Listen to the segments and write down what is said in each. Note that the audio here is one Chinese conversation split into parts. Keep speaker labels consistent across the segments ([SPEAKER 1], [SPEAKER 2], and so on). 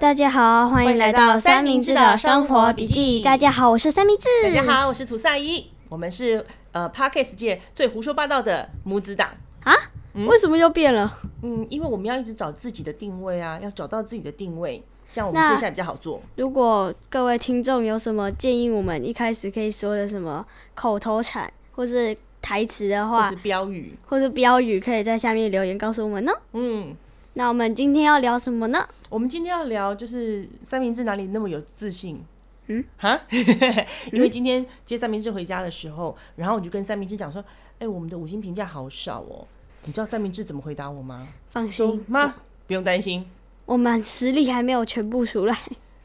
[SPEAKER 1] 大家好，欢迎来到三明治的生活笔记。大家好，我是三明治。
[SPEAKER 2] 大家好，我是涂萨伊，我们是呃 Parkes 界最胡说八道的母子党。
[SPEAKER 1] 啊？为什么又变了？
[SPEAKER 2] 嗯，因为我们要一直找自己的定位啊，要找到自己的定位，这样我
[SPEAKER 1] 那
[SPEAKER 2] 们接下来比较好做。
[SPEAKER 1] 如果各位听众有什么建议，我们一开始可以说的什么口头禅或是台词的
[SPEAKER 2] 或
[SPEAKER 1] 话
[SPEAKER 2] 是，标语，
[SPEAKER 1] 或是标语，可以在下面留言告诉我们呢。
[SPEAKER 2] 嗯，
[SPEAKER 1] 那我们今天要聊什么呢？
[SPEAKER 2] 我们今天要聊就是三明治哪里那么有自信？
[SPEAKER 1] 嗯
[SPEAKER 2] 哈， 因为今天接三明治回家的时候，然后我就跟三明治讲说：“哎、我们的五星评价好少哦。”你知道三明治怎么回答我吗？
[SPEAKER 1] 放
[SPEAKER 2] 说
[SPEAKER 1] 心，嗯
[SPEAKER 2] 妈，不用担心。
[SPEAKER 1] 我们实力还没有全部出 来，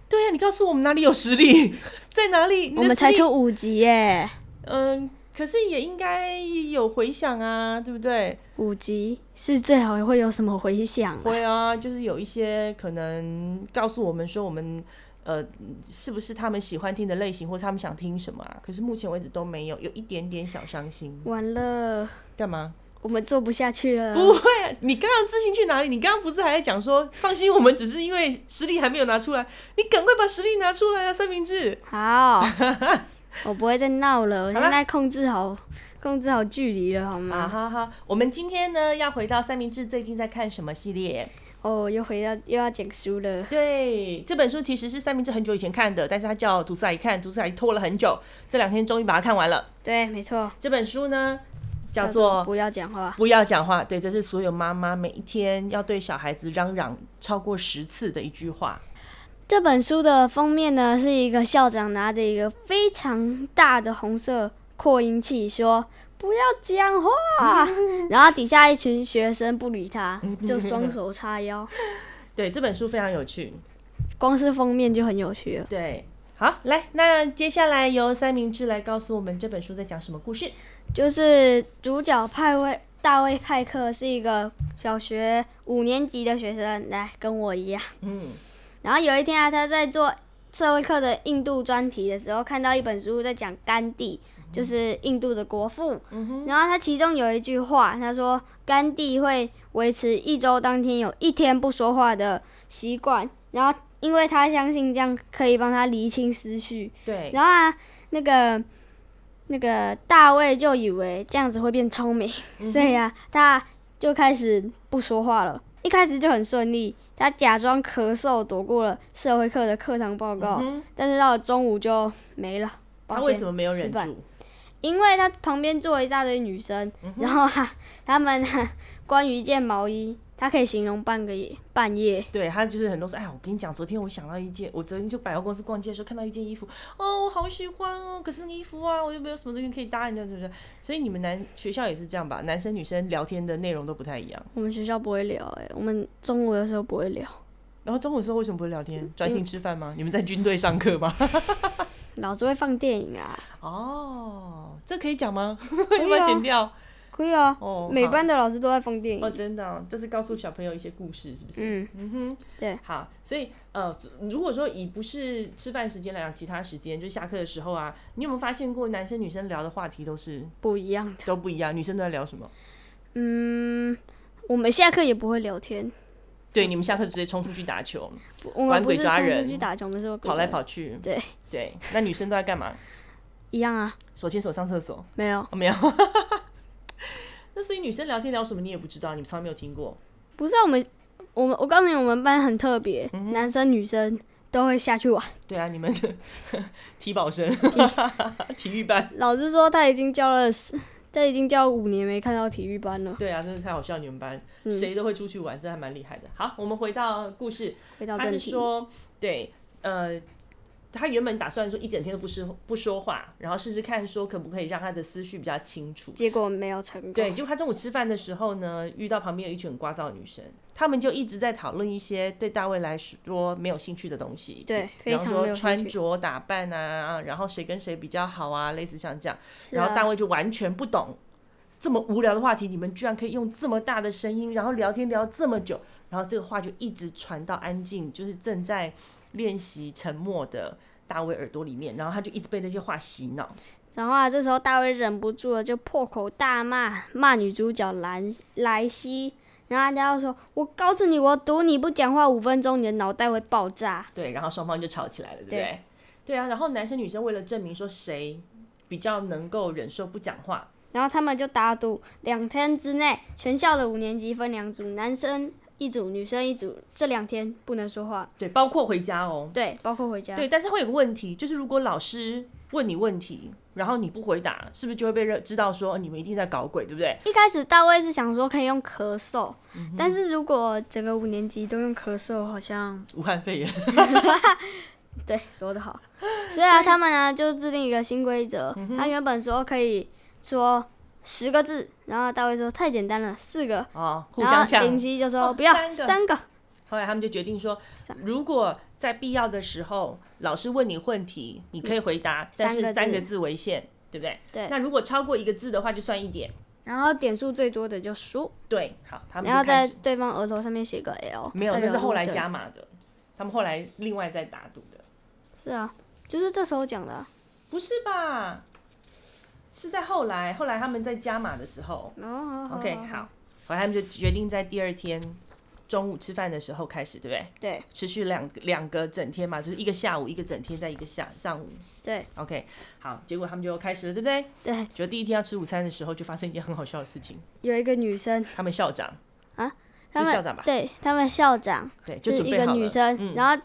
[SPEAKER 2] 对啊呀、你告诉我们哪里有实力，在哪里？你的
[SPEAKER 1] 我们才
[SPEAKER 2] 实力
[SPEAKER 1] 出五集耶，
[SPEAKER 2] 嗯，可是也应该有回响啊，对不对？
[SPEAKER 1] 五集是最好会有什么回响啊、
[SPEAKER 2] 会啊，就是有一些可能告诉我们说我们呃是不是他们喜欢听的类型，或者他们想听什么啊？可是目前为止都没有，有一点点小伤心。
[SPEAKER 1] 完了，
[SPEAKER 2] 干嘛？
[SPEAKER 1] 我们做不下去了。
[SPEAKER 2] 不会、啊，你刚刚自信去哪里？你刚刚不是还在讲说放心，我们只是因为实力还没有拿出来，你赶快把实力拿出来啊，三明治。
[SPEAKER 1] 好，我不会再闹了，我
[SPEAKER 2] 好
[SPEAKER 1] 现
[SPEAKER 2] 啦
[SPEAKER 1] 在控制好控制好距离了，好
[SPEAKER 2] 啊
[SPEAKER 1] 吗？
[SPEAKER 2] 哈哈，我们今天呢要回到三明治最近在看什么系列？
[SPEAKER 1] 哦，又回到又要讲书了。
[SPEAKER 2] 对，这本书其实是三明治很久以前看的，但是他叫读书阿姨看，读书阿姨拖了很久，这两天终于把它看完了。
[SPEAKER 1] 对，没错，
[SPEAKER 2] 这本书呢叫
[SPEAKER 1] 叫
[SPEAKER 2] 做《
[SPEAKER 1] 不要讲话。
[SPEAKER 2] 不要讲话》，对，这是所有妈妈每一天要对小孩子嚷嚷超过十次的一句话。
[SPEAKER 1] 这本书的封面呢，是一个校长拿着一个非常大的红色扩音器说。不要讲话， 然后底下一群学生不理他，就双手叉腰。
[SPEAKER 2] 对，这本书非常有趣。
[SPEAKER 1] 光是封面就很有趣了。
[SPEAKER 2] 对，好，来，那接下来由三明治来告诉我们这本书在讲什么故事。
[SPEAKER 1] 就是主角派威大卫派克是一个小学五年级的学生，来跟我一样。
[SPEAKER 2] 嗯，
[SPEAKER 1] 然后有一天啊，他在做社会课的印度专题的时候，看到一本书在讲甘地，就是印度的国父。然后他其中有一句话，他说甘地会维持一周当天有一天不说话的习惯，然后因为他相信这样可以帮他厘清思绪。
[SPEAKER 2] 对，
[SPEAKER 1] 然后啊，那个那个大卫就以为这样子会变聪明，
[SPEAKER 2] 嗯
[SPEAKER 1] 所以啊，他就开始不说话了。一开始就很顺利，他假装咳嗽躲过了社会课的课堂报告，
[SPEAKER 2] 嗯哼
[SPEAKER 1] 但是到了中午就没了。
[SPEAKER 2] 他
[SPEAKER 1] 抱
[SPEAKER 2] 为
[SPEAKER 1] 歉
[SPEAKER 2] 什么没有
[SPEAKER 1] 失
[SPEAKER 2] 忍
[SPEAKER 1] 败
[SPEAKER 2] 住？
[SPEAKER 1] 因为他旁边坐了一大堆女生，
[SPEAKER 2] 嗯
[SPEAKER 1] 然后啊，他们、啊、 关于一件毛衣，它可以形容半个夜半夜。
[SPEAKER 2] 对他就是很多说，哎呀，我跟你讲，昨天我想到一件，我昨天去百货公司逛街的时候看到一件衣服，哦，我好喜欢哦，可是那个衣服啊，我又没有什么东西可以搭，你知道对不对？所以你们男学校也是这样吧？男生女生聊天的内容都不太一样。
[SPEAKER 1] 我们学校不会聊、欸，我们中午的时候不会聊，
[SPEAKER 2] 然后中午的时候为什么不会聊天？专心吃饭吗？你们在军队上课吗？
[SPEAKER 1] 老子会放电影啊，
[SPEAKER 2] 哦，这可以讲 吗？
[SPEAKER 1] 以
[SPEAKER 2] 要不要
[SPEAKER 1] 啊
[SPEAKER 2] 剪掉？
[SPEAKER 1] 可以啊，
[SPEAKER 2] 哦，
[SPEAKER 1] 每
[SPEAKER 2] 好
[SPEAKER 1] 班的老师都在放电
[SPEAKER 2] 哦，
[SPEAKER 1] 影。
[SPEAKER 2] 真的哦、这是告诉小朋友一些故事，是不是？
[SPEAKER 1] 嗯，
[SPEAKER 2] 嗯哼，
[SPEAKER 1] 对，
[SPEAKER 2] 好，所以呃，如果说以不是吃饭时间来讲，其他时间就下课的时候啊，你有没有发现过男生女生聊的话题都是
[SPEAKER 1] 不一样的。
[SPEAKER 2] 都不一样？女生都在聊什么？
[SPEAKER 1] 嗯，我们下课也不会聊天，
[SPEAKER 2] 对，你们下课直接冲出去打球，
[SPEAKER 1] 不我
[SPEAKER 2] 玩
[SPEAKER 1] 们不
[SPEAKER 2] 鬼
[SPEAKER 1] 是
[SPEAKER 2] 抓
[SPEAKER 1] 冲
[SPEAKER 2] 人
[SPEAKER 1] 出去打球，我们是鬼
[SPEAKER 2] 跑来
[SPEAKER 1] 抓人
[SPEAKER 2] 跑去。
[SPEAKER 1] 嗯对
[SPEAKER 2] 对，那女生都在干嘛？
[SPEAKER 1] 一样啊，
[SPEAKER 2] 手牵手上厕所？
[SPEAKER 1] 没有，
[SPEAKER 2] 哦，没有。 那所以女生聊天聊什么你也不知道，你从来没有听过。
[SPEAKER 1] 不是啊我们，我们我告诉你，我们班很特别，
[SPEAKER 2] 嗯
[SPEAKER 1] 男生女生都会下去玩。
[SPEAKER 2] 对啊，你们 体保生、 体育班。
[SPEAKER 1] 老师说他已经教了十，他已经教五年没看到体育班了。
[SPEAKER 2] 对啊，真的太好笑！你们班
[SPEAKER 1] 嗯
[SPEAKER 2] 谁都会出去玩，这还蛮厉害的。好，我们回到故事，
[SPEAKER 1] 回到
[SPEAKER 2] 他
[SPEAKER 1] 正
[SPEAKER 2] 是
[SPEAKER 1] 题，
[SPEAKER 2] 说，对，呃，他原本打算说一整天都不说不说话，然后试试看说可不可以让他的思绪比较清楚。
[SPEAKER 1] 结果没有成功。
[SPEAKER 2] 对，结果他中午吃饭的时候呢，遇到旁边有一群很聒噪的女生，他们就一直在讨论一些对大卫来说没有兴趣的东西，
[SPEAKER 1] 对
[SPEAKER 2] 比方
[SPEAKER 1] 非常没
[SPEAKER 2] 说
[SPEAKER 1] 有兴趣
[SPEAKER 2] 穿着打扮啊，然后谁跟谁比较好啊，类似像这样。
[SPEAKER 1] 是
[SPEAKER 2] 然后
[SPEAKER 1] 啊，
[SPEAKER 2] 大卫就完全不懂，这么无聊的话题，你们居然可以用这么大的声音，然后聊天聊这么久，然后这个话就一直传到安静，就是正在练习沉默的大卫耳朵里面，然后他就一直被那些话洗脑。
[SPEAKER 1] 然后啊，这时候大卫忍不住了，就破口大骂，骂女主角兰莱西。然后人家就说：“我告诉你，我赌你不讲话五分钟，你的脑袋会爆炸。
[SPEAKER 2] 对，然后双方就吵起来了，对不
[SPEAKER 1] 对
[SPEAKER 2] 对？对啊，然后男生女生为了证明说谁比较能够忍受不讲话，”
[SPEAKER 1] 然后他们就打赌，两天之内，全校的五年级分两组，男生一组，女生一组，这两天不能说话。
[SPEAKER 2] 对，包括回家哦，
[SPEAKER 1] 对，啊包括回家。
[SPEAKER 2] 对，但是会有个问题，就是如果老师问你问题，然后你不回答，是不是就会被认知道说你们一定在搞鬼，对不对？
[SPEAKER 1] 一开始大卫是想说可以用咳嗽，但是如果整个五年级都用咳嗽，好像
[SPEAKER 2] 武汉肺炎，
[SPEAKER 1] 对说得 好。所以啊，他们呢就制定一个新规则，
[SPEAKER 2] 嗯
[SPEAKER 1] 他原本说可以说十个字，然后大卫说太简单了，四个。
[SPEAKER 2] 哦，互
[SPEAKER 1] 然
[SPEAKER 2] 相
[SPEAKER 1] 后
[SPEAKER 2] 呛。
[SPEAKER 1] 林夕就
[SPEAKER 2] 哦
[SPEAKER 1] 说不要
[SPEAKER 2] 三个
[SPEAKER 1] 三个，
[SPEAKER 2] 后来他们就决定说
[SPEAKER 1] 三，
[SPEAKER 2] 如果在必要的时候，老师问你问题，你可以回答，但
[SPEAKER 1] 嗯三个
[SPEAKER 2] 是
[SPEAKER 1] 字
[SPEAKER 2] 三个字为限，对不对？
[SPEAKER 1] 对
[SPEAKER 2] 那如果超过一个字的话，就算一点。
[SPEAKER 1] 然后点数最多的就输，
[SPEAKER 2] 对，好，他们
[SPEAKER 1] 然后
[SPEAKER 2] 就
[SPEAKER 1] 在
[SPEAKER 2] 开始
[SPEAKER 1] 对方额头上面写个 L。
[SPEAKER 2] 没有，
[SPEAKER 1] 代
[SPEAKER 2] 哦那
[SPEAKER 1] 表
[SPEAKER 2] 是后来
[SPEAKER 1] 入选。
[SPEAKER 2] 加码的，他们后来另外再打赌的，
[SPEAKER 1] 是啊，就是这时候讲的啊。
[SPEAKER 2] 不是吧？是在后来，后来他们在加码的时候，
[SPEAKER 1] 哦
[SPEAKER 2] OK，好，，后来他们就决定在第二天中午吃饭的时候开始，对不对？
[SPEAKER 1] 对
[SPEAKER 2] 持续两两个整天嘛，就是一个下午，一个整天，在一个下上午。
[SPEAKER 1] 对
[SPEAKER 2] OK，好，结果他们就开始了，对不对？
[SPEAKER 1] 对，
[SPEAKER 2] 就第一天要吃午餐的时候，就发生一件很好笑的事情，
[SPEAKER 1] 有一个女生，
[SPEAKER 2] 他们校长
[SPEAKER 1] 啊，
[SPEAKER 2] 是
[SPEAKER 1] 他们
[SPEAKER 2] 校长吧？
[SPEAKER 1] 对他们校长
[SPEAKER 2] 对，
[SPEAKER 1] 就
[SPEAKER 2] 就是准
[SPEAKER 1] 一
[SPEAKER 2] 备
[SPEAKER 1] 个
[SPEAKER 2] 好
[SPEAKER 1] 女
[SPEAKER 2] 了。
[SPEAKER 1] 生，
[SPEAKER 2] 嗯
[SPEAKER 1] 然后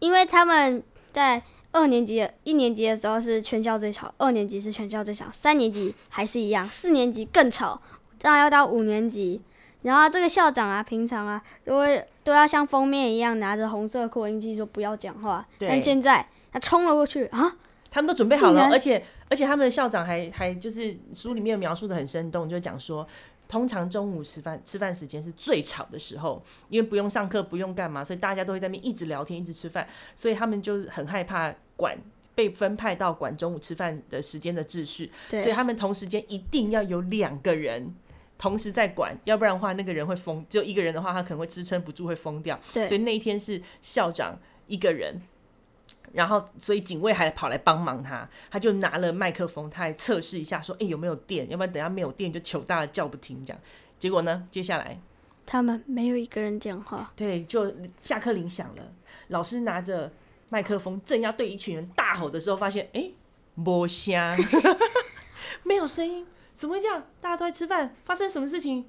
[SPEAKER 1] 因为他们在二年级、一年级的时候是全校最吵，二年级是全校最吵，三年级还是一样，四年级更吵，那要到五年级。然后这个校长啊，平常啊，都会都要像封面一样拿着红色扩音器说不要讲话，
[SPEAKER 2] 对
[SPEAKER 1] 但现在他冲了过去啊，
[SPEAKER 2] 他们都准备好
[SPEAKER 1] 竟
[SPEAKER 2] 了，
[SPEAKER 1] 然
[SPEAKER 2] 而且而且他们的校长还还就是书里面描述的很生动，就讲说，通常中午吃饭吃饭时间是最吵的时候，因为不用上课不用干嘛，所以大家都会在那边一直聊天一直吃饭，所以他们就很害怕管被分派到管中午吃饭的时间的秩序，所以
[SPEAKER 1] 对
[SPEAKER 2] 他们同时间一定要有两个人。同时在管，要不然的话，那个人会疯。只有一个人的话，他可能会支撑不住，会疯掉。所
[SPEAKER 1] 对
[SPEAKER 2] 以那一天是校长一个人，然后所以警卫还跑来帮忙他，他就拿了麦克风，他还测试一下说，哎、有没有电，要不然等下没有电就糗大了叫不停这样。结果呢，接下来
[SPEAKER 1] 他们没有一个人讲话，
[SPEAKER 2] 对，就下课铃响了，老师拿着麦克风正要对一群人大吼的时候，发现哎，没声，没有声音， 怎么会这样？大家都在吃饭，发生什么事情？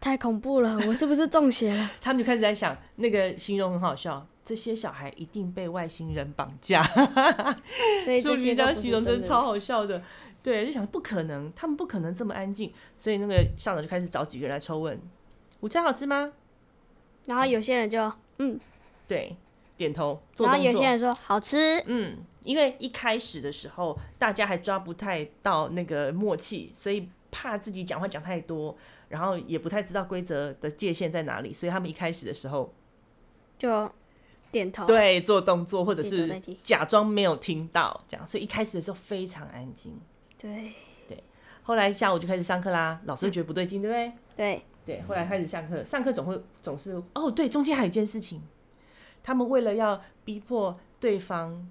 [SPEAKER 1] 太恐怖了，我是不是中邪了？
[SPEAKER 2] 他们就开始在想，那个形容很好笑，这些小孩一定被外星人绑架。
[SPEAKER 1] 所以
[SPEAKER 2] 说
[SPEAKER 1] 这
[SPEAKER 2] 明
[SPEAKER 1] 些
[SPEAKER 2] 这
[SPEAKER 1] 都
[SPEAKER 2] 样
[SPEAKER 1] 不是
[SPEAKER 2] 形容真
[SPEAKER 1] 真
[SPEAKER 2] 的
[SPEAKER 1] 的
[SPEAKER 2] 超好笑的。对，就想不可能，他们不可能这么安静，所以那个校长就开始找几个人来抽问：午餐好吃吗？
[SPEAKER 1] 然后有些人就嗯，
[SPEAKER 2] 对，点头做
[SPEAKER 1] 然后
[SPEAKER 2] 动
[SPEAKER 1] 有些
[SPEAKER 2] 作。
[SPEAKER 1] 人说好吃，
[SPEAKER 2] 嗯，因为一开始的时候大家还抓不太到那个默契，所以怕自己讲话讲太多，然后也不太知道规则的界限在哪里，所以他们一开始的时候
[SPEAKER 1] 就点头。
[SPEAKER 2] 对做动作或者
[SPEAKER 1] 点头
[SPEAKER 2] 是
[SPEAKER 1] 代替
[SPEAKER 2] 假装没有听到这样，所以一开始的时候非常安静。
[SPEAKER 1] 对
[SPEAKER 2] 后来下午就开始上课啦，老师就觉得不对劲，对不对？
[SPEAKER 1] 对
[SPEAKER 2] 对，后来开始上课，上课总会总是哦，对，中间还有一件事情，他们为了要逼迫对方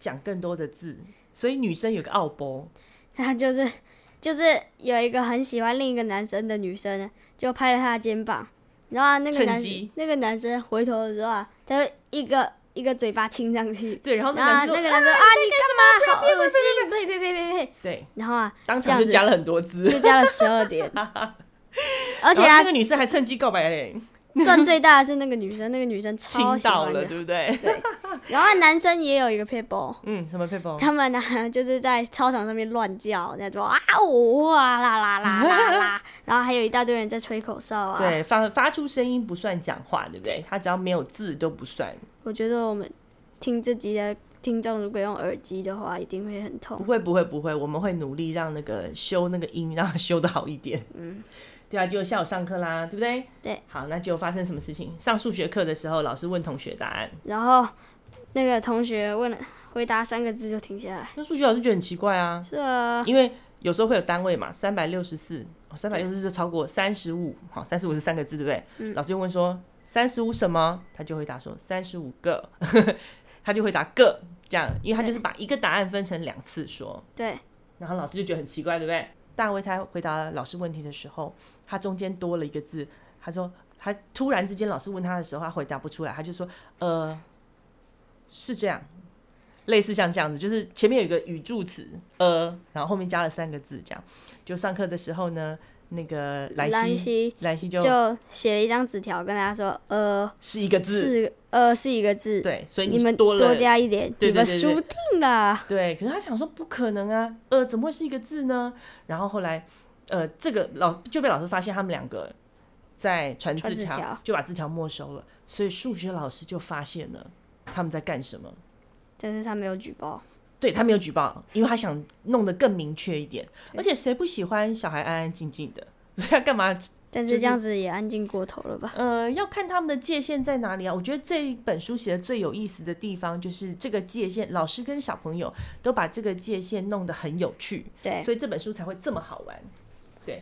[SPEAKER 2] 讲更多的字，所以女生有个奥博，
[SPEAKER 1] 他就是就是有一个很喜欢另一个男生的女生，就拍了他的肩膀，然后啊那个
[SPEAKER 2] 趁
[SPEAKER 1] 男
[SPEAKER 2] 机
[SPEAKER 1] 那个男生回头的时候啊，他就一个一个嘴巴亲上去，
[SPEAKER 2] 对，然后
[SPEAKER 1] 然后
[SPEAKER 2] 那
[SPEAKER 1] 啊
[SPEAKER 2] 男
[SPEAKER 1] 那
[SPEAKER 2] 生就
[SPEAKER 1] 个男生啊你干嘛？好恶心！呸呸呸呸呸！
[SPEAKER 2] 对，
[SPEAKER 1] 然后啊
[SPEAKER 2] 当
[SPEAKER 1] 这
[SPEAKER 2] 场
[SPEAKER 1] 样
[SPEAKER 2] 就
[SPEAKER 1] 子
[SPEAKER 2] 加了很多字，
[SPEAKER 1] 就加了十二点， 而且
[SPEAKER 2] 然后
[SPEAKER 1] 啊
[SPEAKER 2] 那个女生还趁机告白嘞，
[SPEAKER 1] 赚最大的是那个女生，那个女生
[SPEAKER 2] 亲
[SPEAKER 1] 超喜
[SPEAKER 2] 到
[SPEAKER 1] 欢
[SPEAKER 2] 了，
[SPEAKER 1] 的。
[SPEAKER 2] 对不对？
[SPEAKER 1] 然后啊男生也有一个哦 people。
[SPEAKER 2] 嗯，什么佩宝？
[SPEAKER 1] 他们呢、 就是在操场上面乱叫，在说啊呜哇啦啦啦啦啦， 然后还有一大堆人在吹口哨啊。，
[SPEAKER 2] 对，发发出声音不算讲话，对不对？他只要没有字都不算，
[SPEAKER 1] 我觉得我们听这集的听众如果用耳机的话，一定会很
[SPEAKER 2] 不
[SPEAKER 1] 痛。
[SPEAKER 2] 会不会不会，我们会努力让那个修那个音，让它修的好一点。嗯， 对啊，就下午上课啦，对不对？
[SPEAKER 1] 对。
[SPEAKER 2] 好，那就发生什么事情？上数学课的时候，老师问同学答案，
[SPEAKER 1] 然后那个同学问了回答三个字就停下来，
[SPEAKER 2] 那数学老师觉得很奇怪啊，
[SPEAKER 1] 是啊，
[SPEAKER 2] 因为有时候会有单位嘛，三百六十四，哦三百六十四就超过三十五，好，三十五是三个字，对不对？
[SPEAKER 1] 嗯
[SPEAKER 2] 老师就问说三十五什么，他就回答说三十五个， 他就回答个这样，因为他就是把一个答案分成两次说，
[SPEAKER 1] 对
[SPEAKER 2] 然后老师就觉得很奇怪，对不对？大卫他回答老师问题的时候，他中间多了一个字，他说他突然之间老师问他的时候，他回答不出来，他就说呃是这样，类似像这样子，就是前面有一个语助词呃，然后后面加了三个字，这样就上课的时候呢，那个莱
[SPEAKER 1] 兰
[SPEAKER 2] 西
[SPEAKER 1] 西
[SPEAKER 2] 莱西就
[SPEAKER 1] 就写了一张纸条跟大家说，呃，
[SPEAKER 2] 是一个字，
[SPEAKER 1] 是呃是一个字，
[SPEAKER 2] 对，所以
[SPEAKER 1] 你们
[SPEAKER 2] 多了
[SPEAKER 1] 加一点，
[SPEAKER 2] 对对
[SPEAKER 1] 你们
[SPEAKER 2] 对对
[SPEAKER 1] 输定了。
[SPEAKER 2] 对，可是他想说不可能啊，呃，怎么会是一个字呢？然后后来，呃，这个老就被老师发现他们两个在传
[SPEAKER 1] 传
[SPEAKER 2] 字
[SPEAKER 1] 字
[SPEAKER 2] 条，
[SPEAKER 1] 条
[SPEAKER 2] 就把字条没收了，所以数学老师就发现了他们在干什么。
[SPEAKER 1] 但是他没有举报，
[SPEAKER 2] 对他没有举报，因为他想弄得更明确一点。而且谁不喜欢小孩安安静静的？ 所以他干嘛
[SPEAKER 1] 但
[SPEAKER 2] 就是是
[SPEAKER 1] 这样子也安静过头了吧？
[SPEAKER 2] 呃，要看他们的界限在哪里啊。我觉得这一本书写的最有意思的地方，就是这个界限，老师跟小朋友都把这个界限弄得很有趣，
[SPEAKER 1] 对，
[SPEAKER 2] 所以这本书才会这么好玩。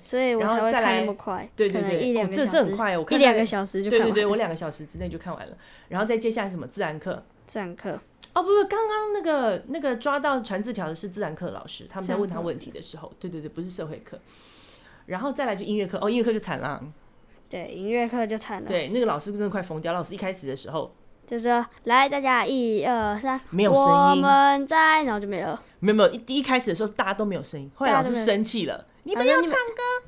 [SPEAKER 1] 所以我
[SPEAKER 2] 然后
[SPEAKER 1] 才会
[SPEAKER 2] 再来
[SPEAKER 1] 看那么快，
[SPEAKER 2] 对对
[SPEAKER 1] 可能
[SPEAKER 2] 对
[SPEAKER 1] 一
[SPEAKER 2] 哦
[SPEAKER 1] 两个
[SPEAKER 2] 这
[SPEAKER 1] 小
[SPEAKER 2] 这很
[SPEAKER 1] 时，
[SPEAKER 2] 快我
[SPEAKER 1] 一
[SPEAKER 2] 看
[SPEAKER 1] 两
[SPEAKER 2] 大概
[SPEAKER 1] 个小时就
[SPEAKER 2] 对
[SPEAKER 1] 看
[SPEAKER 2] 对
[SPEAKER 1] 完
[SPEAKER 2] 对，我
[SPEAKER 1] 了。
[SPEAKER 2] 两个小时之内就看完了，然后再接下来是什么自然课？
[SPEAKER 1] 上课
[SPEAKER 2] 哦，不不，刚刚那个那个抓到传字条的是自然课老师，他们在问他问题的时
[SPEAKER 1] 嗯
[SPEAKER 2] 候，对对对，不是社会课。然后再来就音乐课，哦，音乐课就惨了，
[SPEAKER 1] 对音乐课就惨了，
[SPEAKER 2] 对，那个老师真的快疯掉。老师一开始的时候
[SPEAKER 1] 就是来大家一二三，
[SPEAKER 2] 没有
[SPEAKER 1] 我
[SPEAKER 2] 声音，
[SPEAKER 1] 们在，然后就没了。
[SPEAKER 2] 没有没有，一一开始的时候大家都没有声音，后来
[SPEAKER 1] 大
[SPEAKER 2] 老
[SPEAKER 1] 家都没
[SPEAKER 2] 师
[SPEAKER 1] 有
[SPEAKER 2] 生气了，你
[SPEAKER 1] 他
[SPEAKER 2] 们
[SPEAKER 1] 说
[SPEAKER 2] 要
[SPEAKER 1] 你
[SPEAKER 2] 唱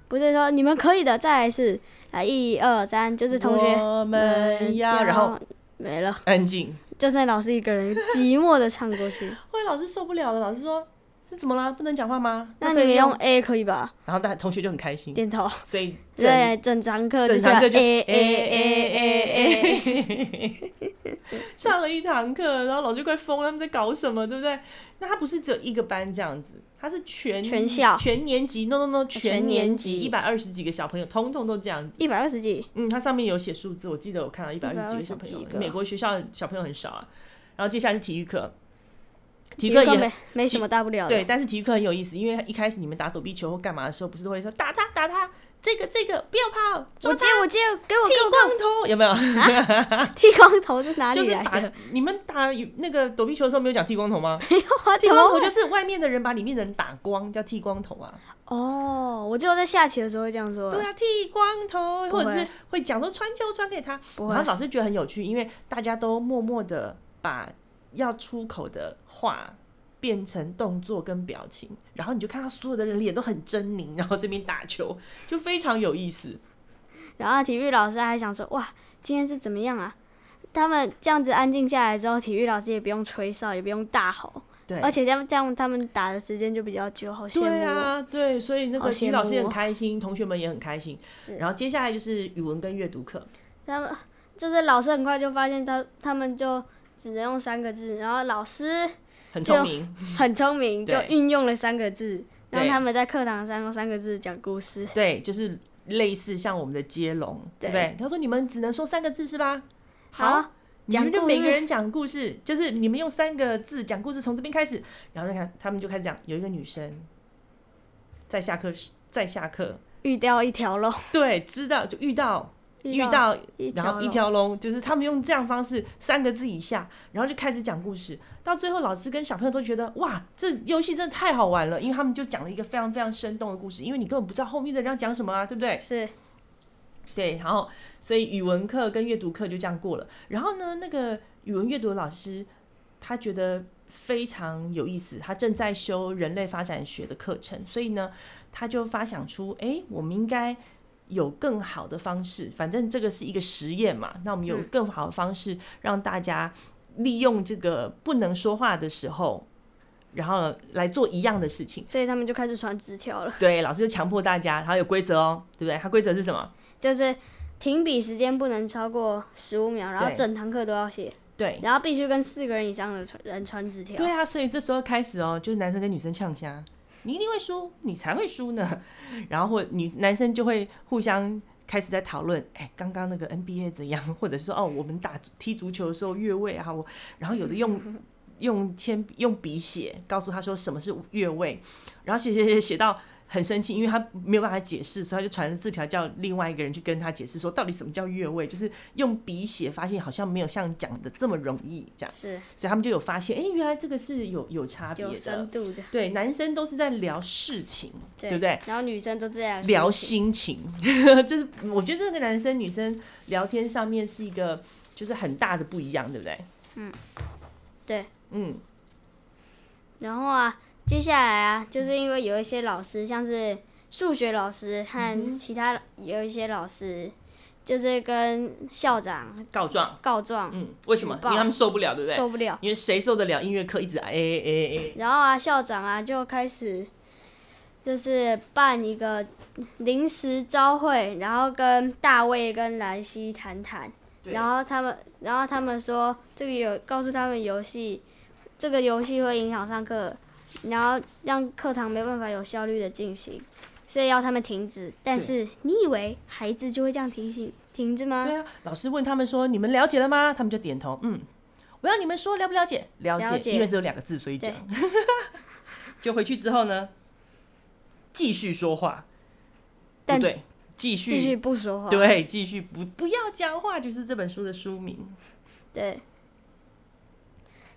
[SPEAKER 1] 不是说你们可以的，再来一次，来一二三，就是同学嗯
[SPEAKER 2] 我们要，然
[SPEAKER 1] 啊
[SPEAKER 2] 后
[SPEAKER 1] 没了，
[SPEAKER 2] 安静。
[SPEAKER 1] 就剩老师一个人寂寞的唱过 去。
[SPEAKER 2] 后来老师受不了了，老师说是怎么了？不能讲话吗？
[SPEAKER 1] 那
[SPEAKER 2] 可
[SPEAKER 1] 你
[SPEAKER 2] 以
[SPEAKER 1] 们用 A 可以吧？
[SPEAKER 2] 然后大家同学就很开心，
[SPEAKER 1] 点 头。
[SPEAKER 2] 所以整
[SPEAKER 1] 对，整堂课就
[SPEAKER 2] 嗯整
[SPEAKER 1] 是
[SPEAKER 2] 堂课就
[SPEAKER 1] A A
[SPEAKER 2] 哎
[SPEAKER 1] A A A，
[SPEAKER 2] 上了一堂课，然后老师快疯了，他们在搞什么，对不对？那他不是只有一个班这样子，他是全
[SPEAKER 1] 全校
[SPEAKER 2] 全年级，no no no，全年
[SPEAKER 1] 年
[SPEAKER 2] 级
[SPEAKER 1] 级
[SPEAKER 2] 一百二十几个小朋友，通通都这样子。
[SPEAKER 1] 一百二十 几，
[SPEAKER 2] 嗯，它上面有写数字，我记得我看到一百二十几个
[SPEAKER 1] 120
[SPEAKER 2] 小朋
[SPEAKER 1] 几
[SPEAKER 2] 友，
[SPEAKER 1] 个
[SPEAKER 2] 美国学校小朋友很少啊。然后接下来是体育课，体
[SPEAKER 1] 一
[SPEAKER 2] 育课
[SPEAKER 1] 个
[SPEAKER 2] 也
[SPEAKER 1] 没没什么大不了
[SPEAKER 2] 对，
[SPEAKER 1] 的。
[SPEAKER 2] 但是体育课很有意思，因为一开始你们打躲避球或干嘛的时候，不是都会说打他打他，这个这个不要跑，抓
[SPEAKER 1] 我
[SPEAKER 2] 他
[SPEAKER 1] 接我接，给我
[SPEAKER 2] 剃
[SPEAKER 1] 给我
[SPEAKER 2] 光头，有没有？
[SPEAKER 1] 剃光头是哪
[SPEAKER 2] 就
[SPEAKER 1] 里
[SPEAKER 2] 是
[SPEAKER 1] 来
[SPEAKER 2] 打
[SPEAKER 1] 的？
[SPEAKER 2] 你们打那个躲避球的时候没有讲剃光头吗？
[SPEAKER 1] 没有啊，
[SPEAKER 2] 剃
[SPEAKER 1] 怎
[SPEAKER 2] 光
[SPEAKER 1] 么
[SPEAKER 2] 头
[SPEAKER 1] 会？
[SPEAKER 2] 就是外面的人把里面的人打光，叫剃光头啊。
[SPEAKER 1] 哦，我只有在下棋的时候会这样说
[SPEAKER 2] 对。啊，剃光头，
[SPEAKER 1] 不会
[SPEAKER 2] 或者是会讲说传球传给他。
[SPEAKER 1] 不
[SPEAKER 2] 然后
[SPEAKER 1] 会，
[SPEAKER 2] 老师觉得很有趣，因为大家都默默的把要出口的话变成动作跟表情，然后你就看到所有的人脸都很狰狞，然后这边打球就非常有意思。
[SPEAKER 1] 然后体育老师还想说，哇，今天是怎么样啊？他们这样子安静下来之后，体育老师也不用吹哨，也不用大吼，
[SPEAKER 2] 对，
[SPEAKER 1] 而且这样这样他们打的时间就比较久，好羡慕
[SPEAKER 2] 对
[SPEAKER 1] 哦。
[SPEAKER 2] 啊，对，所以那
[SPEAKER 1] 好
[SPEAKER 2] 个体育
[SPEAKER 1] 羡
[SPEAKER 2] 老师也
[SPEAKER 1] 慕
[SPEAKER 2] 很
[SPEAKER 1] 哦
[SPEAKER 2] 开心，同学们也很开心。
[SPEAKER 1] 是
[SPEAKER 2] 然后接下来就是语文跟阅读课。
[SPEAKER 1] 他们就是老师很快就发现他他们就只能用三个字，然后老师
[SPEAKER 2] 很聪明，
[SPEAKER 1] 很聪明，就
[SPEAKER 2] 对
[SPEAKER 1] 运用了三个字，让
[SPEAKER 2] 对
[SPEAKER 1] 他们在课堂上用三个字讲故事。
[SPEAKER 2] 对，就是类似像我们的接龙，
[SPEAKER 1] 对
[SPEAKER 2] 对不对？他说你们只能说三个字是吧？
[SPEAKER 1] 好，
[SPEAKER 2] 你们
[SPEAKER 1] 讲
[SPEAKER 2] 就
[SPEAKER 1] 故
[SPEAKER 2] 每个
[SPEAKER 1] 事
[SPEAKER 2] 人讲故事，就是你们用三个字讲故事，从这边开始，然后就看他们就开始讲，有一个女生在下课时，在下课，
[SPEAKER 1] 遇到一条龙，
[SPEAKER 2] 对，知道就遇到遇
[SPEAKER 1] 到
[SPEAKER 2] 到，
[SPEAKER 1] 一
[SPEAKER 2] 然后一
[SPEAKER 1] 龙，
[SPEAKER 2] 条龙，就是他们用这样方式三个字以下，然后就开始讲故事，到最后老师跟小朋友都觉得哇，这游戏真的太好玩了，因为他们就讲了一个非常非常生动的故事，因为你根本不知道后面的人要讲什么啊，对不对？
[SPEAKER 1] 是
[SPEAKER 2] 对，然后所以语文课跟阅读课就这样过了。然后呢，那个语文阅读的老师他觉得非常有意思，他正在修人类发展学的课程，所以呢，他就发想出，哎，我们应该有更好的方式，反正这个是一个实验嘛，那我们有
[SPEAKER 1] 嗯
[SPEAKER 2] 更好的方式让大家利用这个不能说话的时候，然后来做一样的事情。
[SPEAKER 1] 所以他们就开始传纸条了，
[SPEAKER 2] 对，老师就强迫大家，然后有规则哦，对不对？他规则是什么？
[SPEAKER 1] 就是停笔时间不能超过十五秒，然后
[SPEAKER 2] 对
[SPEAKER 1] 整堂课都要写，
[SPEAKER 2] 对，
[SPEAKER 1] 然后必须跟四个人以上的人传纸条
[SPEAKER 2] 对。啊，所以这时候开始哦，就是男生跟女生呛虾，你一定会输，你才会输呢。 然后或女男生就会互相开始在讨论，哎，刚刚那个 NBA 怎样，或者是说哦，我们打踢足球的时候越位啊，我然后有的用用铅用笔写，告诉他说什么是越位，然后写写写写到很生气，因为他没有办法解释，所以他就传了字条叫另外一个人去跟他解释说到底什么叫越位，就是用笔写，发现好像没有像讲的这么容易这样，
[SPEAKER 1] 是
[SPEAKER 2] 所以他们就有发现，哎、原来这个是有有差别
[SPEAKER 1] 有
[SPEAKER 2] 的
[SPEAKER 1] 深。度的，
[SPEAKER 2] 对，男生都是在聊事情，对不对？？
[SPEAKER 1] 然后女生都这样
[SPEAKER 2] 聊心情， 就是我觉得这个男生女生聊天上面是一个就是很大的不一样，对不对？
[SPEAKER 1] 对，
[SPEAKER 2] 嗯，
[SPEAKER 1] 然后啊，接下来啊，就是因为有一些老师，像是数学老师
[SPEAKER 2] 嗯
[SPEAKER 1] 和其他有一些老师，就是跟校长
[SPEAKER 2] 告状，
[SPEAKER 1] 告状，
[SPEAKER 2] 嗯，为什么？
[SPEAKER 1] 举
[SPEAKER 2] 因
[SPEAKER 1] 报
[SPEAKER 2] 为他们受不了，对不对？
[SPEAKER 1] 受不了。
[SPEAKER 2] 因为谁受得了音乐课一直哎哎哎，
[SPEAKER 1] 然后啊，校长啊就开始就是办一个临时招会，然后跟大卫跟莱西谈谈，
[SPEAKER 2] 对
[SPEAKER 1] 然后他们，然后他们说这个有告诉他们游戏，这个游戏会影响上课，然后让课堂没办法有效率的进行，所以要他们停止。但是你以为孩子就会这样停止停止吗？
[SPEAKER 2] 对啊，老师问他们说：“你们了解了吗？”他们就点头，嗯。我要你们说了不了解？了解，
[SPEAKER 1] 了解
[SPEAKER 2] 因为只有两个字，所以讲。 就回去之后呢，继续说话，不
[SPEAKER 1] 但
[SPEAKER 2] 对，继续
[SPEAKER 1] 继续不说话。
[SPEAKER 2] 对，继续不不要讲话，就是这本书的书名。
[SPEAKER 1] 对。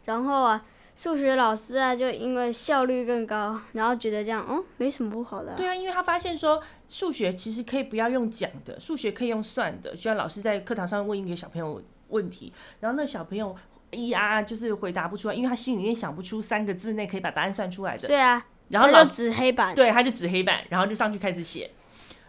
[SPEAKER 1] 然后啊，数学老师啊，就因为效率更高，然后觉得这样，哦，没什么不好的啊、
[SPEAKER 2] 对啊，因为他发现说数学其实可以不要用讲的，数学可以用算的。虽然老师在课堂上问一个小朋友问题，然后那小朋友咿呀啊就是回答不出来，因为他心里面想不出三个字内可以把答案算出来的。
[SPEAKER 1] 所以啊，
[SPEAKER 2] 然后
[SPEAKER 1] 他
[SPEAKER 2] 老
[SPEAKER 1] 就指黑板，
[SPEAKER 2] 对，他就指黑板，然后就上去开始写。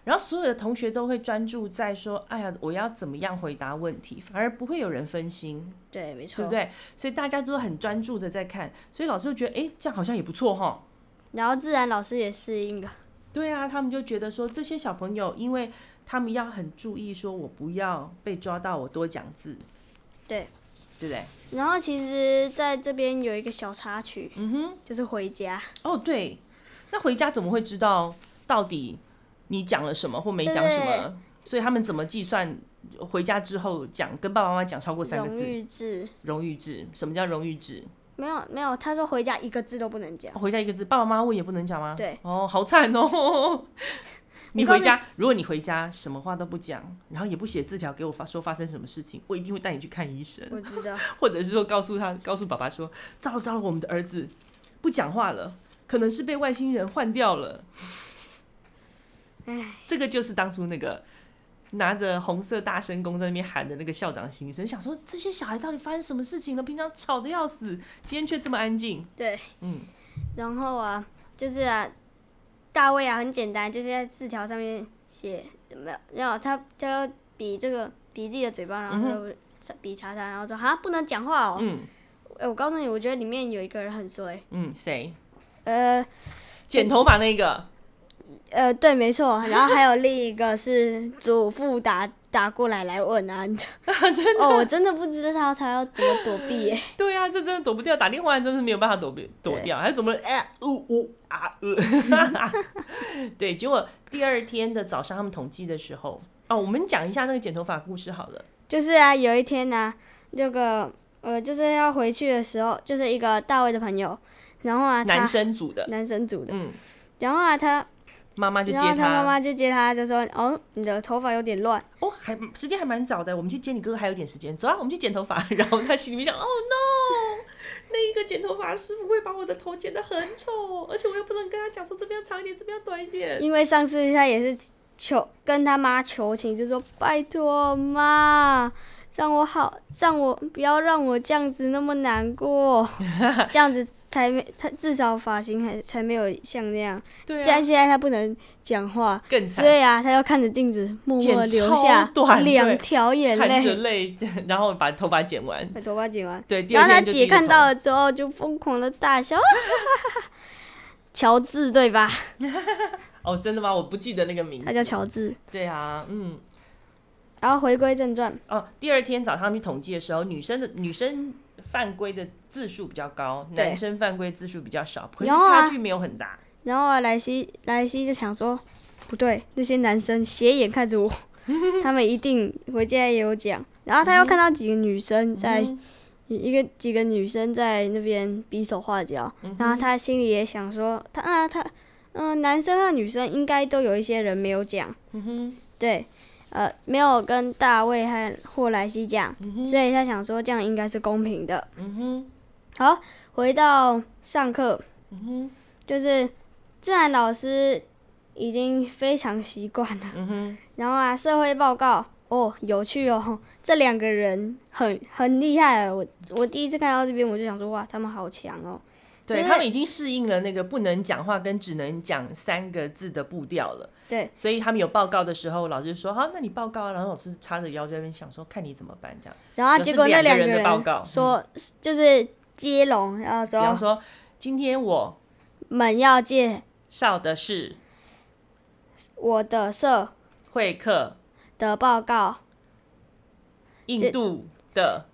[SPEAKER 2] 然后所有的同学都会专注在说：“哎呀，我要怎么样回答问题？”反而不会有人分心，
[SPEAKER 1] 对，没错，
[SPEAKER 2] 对不对？所以大家都很专注的在看，所以老师就觉得：“哎，这样好像也不错哈。
[SPEAKER 1] 然后自然老师也适应了，”
[SPEAKER 2] 对啊，他们就觉得说这些小朋友，因为他们要很注意，说我不要被抓到我多讲字，
[SPEAKER 1] 对。
[SPEAKER 2] 对不对？
[SPEAKER 1] 然后其实在这边有一个小插曲，嗯哼，就是回家，
[SPEAKER 2] 哦，对，那回家怎么会知道到底你讲了什么或没
[SPEAKER 1] 对
[SPEAKER 2] 讲什么？所以他们怎么计算回家之后讲跟爸爸妈妈讲超过三个
[SPEAKER 1] 荣
[SPEAKER 2] 字？
[SPEAKER 1] 誉制
[SPEAKER 2] 荣誉制，什么叫荣誉制？
[SPEAKER 1] 没有没有，他说回家一个字都不能讲，
[SPEAKER 2] 回家一个字，爸爸妈妈问也不能讲吗？
[SPEAKER 1] 对。
[SPEAKER 2] 哦，好惨 哦。你
[SPEAKER 1] 告诉
[SPEAKER 2] 回家，如果你回家什么话都不讲，然后也不写字条给我发说发生什么事情，我一定会带你去看医生，
[SPEAKER 1] 我知道，
[SPEAKER 2] 或者是说告诉他，告诉爸爸说，糟了糟了，我们的儿子不讲话了，可能是被外星人换掉了。
[SPEAKER 1] 唉，
[SPEAKER 2] 这个就是当初那个拿着红色大声公在那边喊的那个校长心声，想说这些小孩到底发生什么事情了？平常吵得要死，今天却这么安静。
[SPEAKER 1] 对，
[SPEAKER 2] 嗯，
[SPEAKER 1] 然后啊，就是啊，大卫啊，很简单，就是在字条上面写没有，没有他他比这个比自己的嘴巴，然后就比查查，然后说哈不能讲话哦。
[SPEAKER 2] 嗯
[SPEAKER 1] 哎，我告诉你，我觉得里面有一个人很衰，
[SPEAKER 2] 嗯，谁
[SPEAKER 1] 呃
[SPEAKER 2] 剪头发那个？
[SPEAKER 1] 呃，对，没错。然后还有另一个是祖父打打过来来问安、啊，真的哦，我真的不知道他他要怎么躲避耶。
[SPEAKER 2] 对啊，这真的躲不掉，打电话真是没有办法躲避躲掉，还怎么哎呜呜 啊 呃，对，结果第二天的早上他们统计的时候，哦，我们讲一下那个剪头发故事好了。
[SPEAKER 1] 就是啊，有一天呢、那个呃，就是要回去的时候，就是一个大卫的朋友，然后啊，他
[SPEAKER 2] 男生组的，
[SPEAKER 1] 男生组的，
[SPEAKER 2] 嗯，
[SPEAKER 1] 然后啊，他
[SPEAKER 2] 妈妈就接
[SPEAKER 1] 然后他妈妈就接他，就说：“哦，你的头发有点乱。
[SPEAKER 2] 哦，还时间还蛮早的，我们去接你哥哥还有点时间，走啊，我们去剪头发。 然后他心里面想，哦 no，那一个剪头发师傅会把我的头剪得很丑，而且我又不能跟他讲说这边要长一点，这边要短一”点。
[SPEAKER 1] 因为上次他也是求跟他妈求情，就说：“拜托妈，让我好，让我不要让我这样子那么难 过，这样子才没他至少发型还才没有像那样。
[SPEAKER 2] 对
[SPEAKER 1] 虽
[SPEAKER 2] 啊
[SPEAKER 1] 然，现在他不能讲话，
[SPEAKER 2] 更
[SPEAKER 1] 所
[SPEAKER 2] 惨，
[SPEAKER 1] 以啊，他要看着镜子默默地
[SPEAKER 2] 剪
[SPEAKER 1] 流
[SPEAKER 2] 超
[SPEAKER 1] 下
[SPEAKER 2] 短对
[SPEAKER 1] 两条眼
[SPEAKER 2] 含着
[SPEAKER 1] 泪，哎
[SPEAKER 2] 泪， 然后把头发剪完。
[SPEAKER 1] 把头发剪完。”
[SPEAKER 2] 对，第
[SPEAKER 1] 然
[SPEAKER 2] 二
[SPEAKER 1] 后他
[SPEAKER 2] 天就
[SPEAKER 1] 姐
[SPEAKER 2] 低着
[SPEAKER 1] 看
[SPEAKER 2] 头
[SPEAKER 1] 到，了之后就疯狂的大笑，乔治对吧？
[SPEAKER 2] 哦，真的吗？我不记得那个名
[SPEAKER 1] 他
[SPEAKER 2] 字。
[SPEAKER 1] 叫乔治。
[SPEAKER 2] 对啊，嗯，
[SPEAKER 1] 然后回归正传，
[SPEAKER 2] 哦，第二天早上去统计的时候，女生的女生犯规的字数比较高，
[SPEAKER 1] 对
[SPEAKER 2] 男生犯规字数比较少，可是
[SPEAKER 1] 然后啊
[SPEAKER 2] 差距没有很大。
[SPEAKER 1] 然后啊莱西莱西就想说，不对，那些男生斜眼看 着我，他们一定回家也有讲。然后他又看到几个女
[SPEAKER 2] 嗯
[SPEAKER 1] 生在、一个几
[SPEAKER 2] 嗯
[SPEAKER 1] 个女生在那边比手画脚，然后他心里也想说，他啊他。嗯、男生和女生应该都有一些人没有讲。
[SPEAKER 2] 嗯
[SPEAKER 1] 对，呃，没有跟大卫和霍莱西讲，
[SPEAKER 2] 嗯
[SPEAKER 1] 所以他想说这样应该是公平的。好，回到上课，
[SPEAKER 2] 嗯
[SPEAKER 1] 就是自然老师已经非常习惯了。
[SPEAKER 2] 嗯
[SPEAKER 1] 然后啊，社会报告哦，有趣哦，这两个人很很厉害。哦我我第一次看到这边，我就想说哇，他们好强哦。
[SPEAKER 2] 对
[SPEAKER 1] 就是
[SPEAKER 2] 他们已经适应了那个不能讲话跟只能讲三个字的步调了，
[SPEAKER 1] 对，
[SPEAKER 2] 所以他们有报告的时候，老师说好，那你报告啊，然后老师叉着腰在那边想说，看你怎么办这样。
[SPEAKER 1] 然后
[SPEAKER 2] 就是
[SPEAKER 1] 结果那
[SPEAKER 2] 两
[SPEAKER 1] 两
[SPEAKER 2] 个
[SPEAKER 1] 个
[SPEAKER 2] 人的
[SPEAKER 1] 人
[SPEAKER 2] 报告嗯
[SPEAKER 1] 说，就是接龙，然后
[SPEAKER 2] 比方
[SPEAKER 1] 说
[SPEAKER 2] 说，今天我
[SPEAKER 1] 门要借
[SPEAKER 2] 上的是
[SPEAKER 1] 我的社
[SPEAKER 2] 会客
[SPEAKER 1] 的报告
[SPEAKER 2] 印
[SPEAKER 1] 这
[SPEAKER 2] 度的，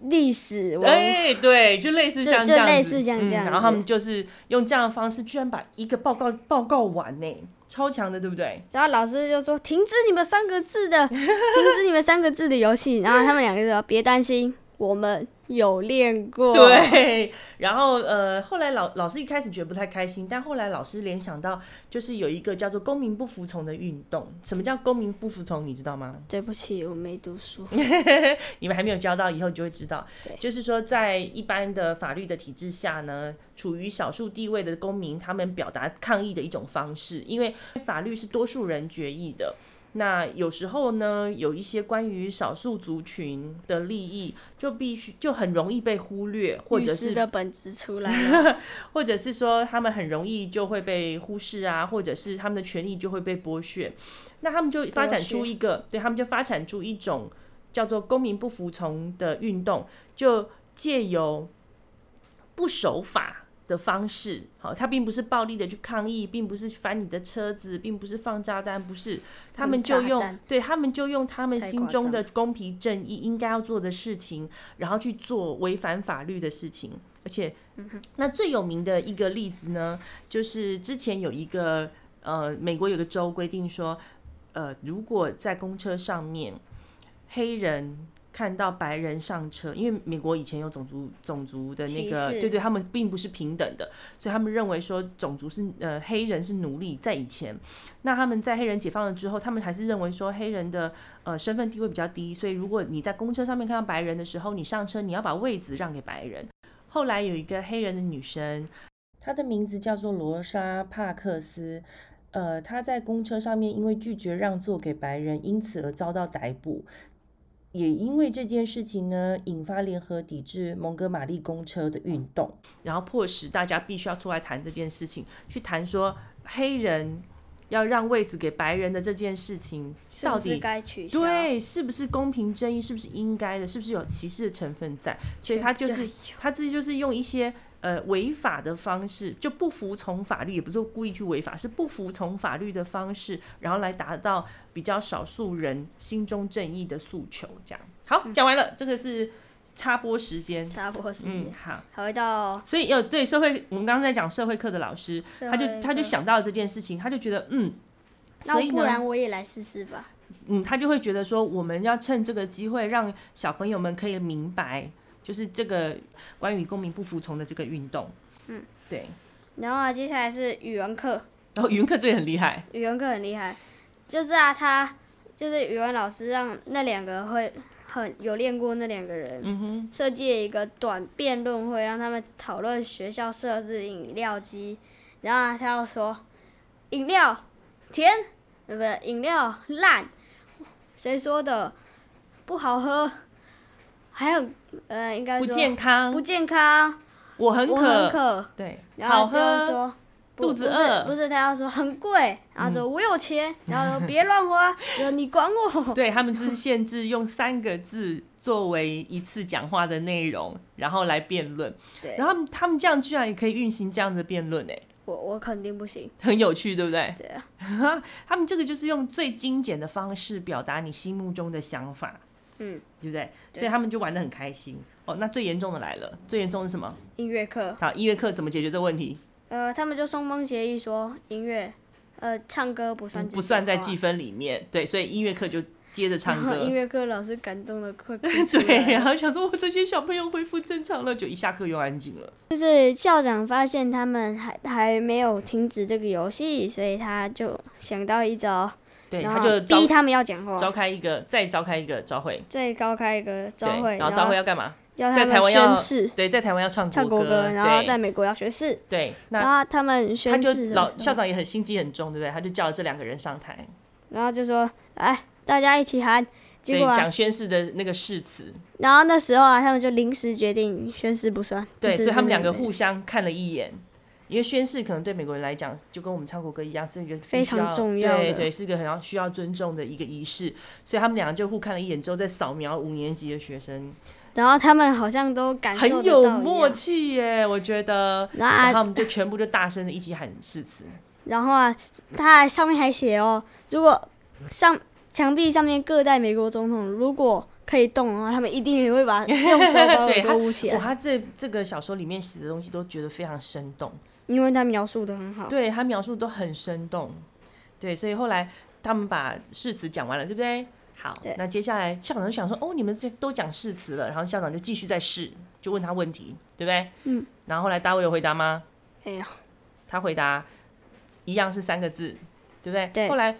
[SPEAKER 1] 历史文，
[SPEAKER 2] 哎，对，就类似
[SPEAKER 1] 就
[SPEAKER 2] 像
[SPEAKER 1] 就
[SPEAKER 2] 这样子，
[SPEAKER 1] 类似像这样
[SPEAKER 2] 嗯，然后他
[SPEAKER 1] 子
[SPEAKER 2] 们就是用这样的方式，居然把一个报告报告完呢，超强的，对不对？
[SPEAKER 1] 然后老师就说停止你们三个字的， 停止你们三个字的游戏。然后他们两个就说别担心，我们有练过。，
[SPEAKER 2] 对，然后呃，后来老老师一开始觉得不太开心，但后来老师联想到，就是有一个叫做公民不服从的运动。什么叫公民不服从？你知道吗？
[SPEAKER 1] 对不起，我没读书。
[SPEAKER 2] 你们还没有教到，以后你就会知道。就是说，在一般的法律的体制下呢，处于少数地位的公民，他们表达抗议的一种方式，因为法律是多数人决议的。那有时候呢，有一些关于少数族群的利益，就必须就很容易被忽略， 或
[SPEAKER 1] 律
[SPEAKER 2] 者
[SPEAKER 1] 师
[SPEAKER 2] 是
[SPEAKER 1] 的本质出来了。
[SPEAKER 2] 或者是说他们很容易就会被忽视啊，或者是他们的权益就会被剥削，那他们就发展出一个，对他们就发展出一种叫做公民不服从的运动，就借由不守法的方式，好，他并不是暴力的去抗议，并不是翻你的车子，并不是放炸弹，不是， 他们就
[SPEAKER 1] 放炸
[SPEAKER 2] 用
[SPEAKER 1] 弹，
[SPEAKER 2] 对他们就用他们
[SPEAKER 1] 太
[SPEAKER 2] 心
[SPEAKER 1] 夸
[SPEAKER 2] 中
[SPEAKER 1] 张
[SPEAKER 2] 的公平正义应该要做的事情，然后去做违反法律的事情，而且
[SPEAKER 1] 嗯
[SPEAKER 2] 那最有名的一个例子呢，就是之前有一个呃，美国有个州规定说，呃，如果在公车上面黑人看到白人上车，因为美国以前有种族种族的那个，
[SPEAKER 1] 歧视
[SPEAKER 2] 对对，他们并不是平等的，所以他们认为说种族是呃黑人是奴隶，在以前，那他们在黑人解放了之后，他们还是认为说黑人的呃身份地位比较低，所以如果你在公车上面看到白人的时候，你上车你要把位置让给白人。后来有一个黑人的女生，她的名字叫做罗莎·帕克斯。呃，她在公车上面因为拒绝让座给白人，因此而遭到逮捕。也因为这件事情呢，引发联合抵制蒙哥马利公车的运动，然后迫使大家必须要出来谈这件事情，去谈说黑人要让位置给白人的这件事情，
[SPEAKER 1] 是
[SPEAKER 2] 到
[SPEAKER 1] 不
[SPEAKER 2] 底
[SPEAKER 1] 是该取消？
[SPEAKER 2] 对，是不是公平正义？是不是应该的？是不是有歧视的成分在？所以他就是他自己就是用一些呃违法的方式，就不服从法律，也不是故意去违法，是不服从法律的方式，然后来达到比较少数人心中正义的诉求。这样好，
[SPEAKER 1] 嗯
[SPEAKER 2] 讲完了，这个是插播时间。
[SPEAKER 1] 差不多时间。
[SPEAKER 2] 嗯，好。
[SPEAKER 1] 好，回到
[SPEAKER 2] 所以要对社会，我们刚刚在讲社会课的老师，
[SPEAKER 1] 社
[SPEAKER 2] 他就
[SPEAKER 1] 会
[SPEAKER 2] 他就
[SPEAKER 1] 课
[SPEAKER 2] 想到了这件事情，他就觉得嗯，
[SPEAKER 1] 那
[SPEAKER 2] 所以
[SPEAKER 1] 不
[SPEAKER 2] 呢。
[SPEAKER 1] 然我也来试试吧。
[SPEAKER 2] 嗯，他就会觉得说，我们要趁这个机会让小朋友们可以明白，就是这个关于公民不服从的这个运动。嗯，对。
[SPEAKER 1] 然后啊，接下来是语文课。
[SPEAKER 2] 然后语文课这也很厉害，
[SPEAKER 1] 语文课很厉害，就是啊，他就是语文老师让那两个会很有练过那两个人，
[SPEAKER 2] 嗯
[SPEAKER 1] 设计了一个短辩论会，让他们讨论学校设置饮料机，然后啊他又说饮料甜，呃不是饮料烂，谁说的不好喝，还有呃应该
[SPEAKER 2] 不
[SPEAKER 1] 说
[SPEAKER 2] 健康，
[SPEAKER 1] 不健康，
[SPEAKER 2] 我很
[SPEAKER 1] 我
[SPEAKER 2] 渴，
[SPEAKER 1] 很渴。
[SPEAKER 2] 对，
[SPEAKER 1] 然
[SPEAKER 2] 好
[SPEAKER 1] 后他就
[SPEAKER 2] 喝，
[SPEAKER 1] 说不
[SPEAKER 2] 肚子饿
[SPEAKER 1] 不是不是，他要说很贵，然后说我有钱，然后说别乱花，然后你管我，
[SPEAKER 2] 对他们就是限制用三个字作为一次讲话的内容，然后来辩论。
[SPEAKER 1] 对
[SPEAKER 2] 然后他们他们这样居然也可以运行这样的辩论，哎，
[SPEAKER 1] 我我肯定不行，
[SPEAKER 2] 很有趣，对不对？
[SPEAKER 1] 对啊，
[SPEAKER 2] 他们这个就是用最精简的方式表达你心目中的想法，
[SPEAKER 1] 嗯，
[SPEAKER 2] 对不对？
[SPEAKER 1] 对
[SPEAKER 2] 所以他们就玩得很开心。哦，那最严重的来了，最严重的是什么？
[SPEAKER 1] 音乐课，
[SPEAKER 2] 好，音乐课怎么解决这个问题？
[SPEAKER 1] 呃，他们就双方协议说音乐，呃，唱歌不算
[SPEAKER 2] 嗯不算在计
[SPEAKER 1] 分，
[SPEAKER 2] 分里面，对，所以音乐课就接着唱
[SPEAKER 1] 啊 然后音
[SPEAKER 2] 歌。
[SPEAKER 1] 乐课老师感动的快哭出来
[SPEAKER 2] 对，然后想说，我这些小朋友恢复正常了，就一下课又安静了。
[SPEAKER 1] 就是校长发现他们还还没有停止这个游戏，所以他就想到一招，
[SPEAKER 2] 对，
[SPEAKER 1] 然
[SPEAKER 2] 他
[SPEAKER 1] 后
[SPEAKER 2] 就召
[SPEAKER 1] 逼他们要讲话，
[SPEAKER 2] 召开一个，再召开一个朝会，
[SPEAKER 1] 最高开一个
[SPEAKER 2] 对
[SPEAKER 1] 招会，，
[SPEAKER 2] 然后
[SPEAKER 1] 后
[SPEAKER 2] 朝会要干嘛？
[SPEAKER 1] 要
[SPEAKER 2] 在
[SPEAKER 1] 他
[SPEAKER 2] 台
[SPEAKER 1] 们
[SPEAKER 2] 湾要
[SPEAKER 1] 宣誓
[SPEAKER 2] 对，在台湾要唱
[SPEAKER 1] 唱
[SPEAKER 2] 国
[SPEAKER 1] 国歌，然后
[SPEAKER 2] 对
[SPEAKER 1] 在美国要学士，
[SPEAKER 2] 对，那
[SPEAKER 1] 然后他们
[SPEAKER 2] 他
[SPEAKER 1] 宣
[SPEAKER 2] 就
[SPEAKER 1] 誓的
[SPEAKER 2] 老
[SPEAKER 1] 时候
[SPEAKER 2] 校长也很心机很重，对不对？他就叫了这两个人上台，
[SPEAKER 1] 然后就说来大家一起喊，结
[SPEAKER 2] 对，
[SPEAKER 1] 果啊、
[SPEAKER 2] 讲宣誓的那个誓词，
[SPEAKER 1] 然后那时候啊，他们就临时决定宣誓不算，
[SPEAKER 2] 对，
[SPEAKER 1] 就是
[SPEAKER 2] 所以他们
[SPEAKER 1] 真
[SPEAKER 2] 两
[SPEAKER 1] 的
[SPEAKER 2] 个
[SPEAKER 1] 没
[SPEAKER 2] 互相看了一眼，因为宣誓可能对美国人来讲，就跟我们唱国歌一样，是一个必须
[SPEAKER 1] 非常重要
[SPEAKER 2] 对
[SPEAKER 1] 的
[SPEAKER 2] 对，是一个很要需要尊重的一个仪式，所以他们两个就互看了一眼之后，再扫描五年级的学生，
[SPEAKER 1] 然后他们好像都感受
[SPEAKER 2] 很
[SPEAKER 1] 得到
[SPEAKER 2] 有
[SPEAKER 1] 一样
[SPEAKER 2] 默契耶，我觉得。
[SPEAKER 1] 然后
[SPEAKER 2] 然后
[SPEAKER 1] 啊，
[SPEAKER 2] 他们就全部就大声的一起喊 誓词，
[SPEAKER 1] 然后啊，他还上面还写哦，如果上墙壁上面各代美国总统如果可以动的话，他们一定也会把用手 把耳
[SPEAKER 2] 对他
[SPEAKER 1] 朵捂起
[SPEAKER 2] 哇，
[SPEAKER 1] 来，
[SPEAKER 2] 他这这个小说里面写的东西都觉得非常生动。
[SPEAKER 1] 因为他描述的很好。
[SPEAKER 2] 对他描述都很生动，对，所以后来他们把誓词讲完了，对不对？好
[SPEAKER 1] 对，
[SPEAKER 2] 那接下来校长就想说，哦，你们这都讲誓词了，然后校长就继续再试，就问他问题，对不对？
[SPEAKER 1] 嗯。
[SPEAKER 2] 然后后来大卫有回答吗？
[SPEAKER 1] 没有。
[SPEAKER 2] 他回答一样是三个字，对不对？
[SPEAKER 1] 对
[SPEAKER 2] 后来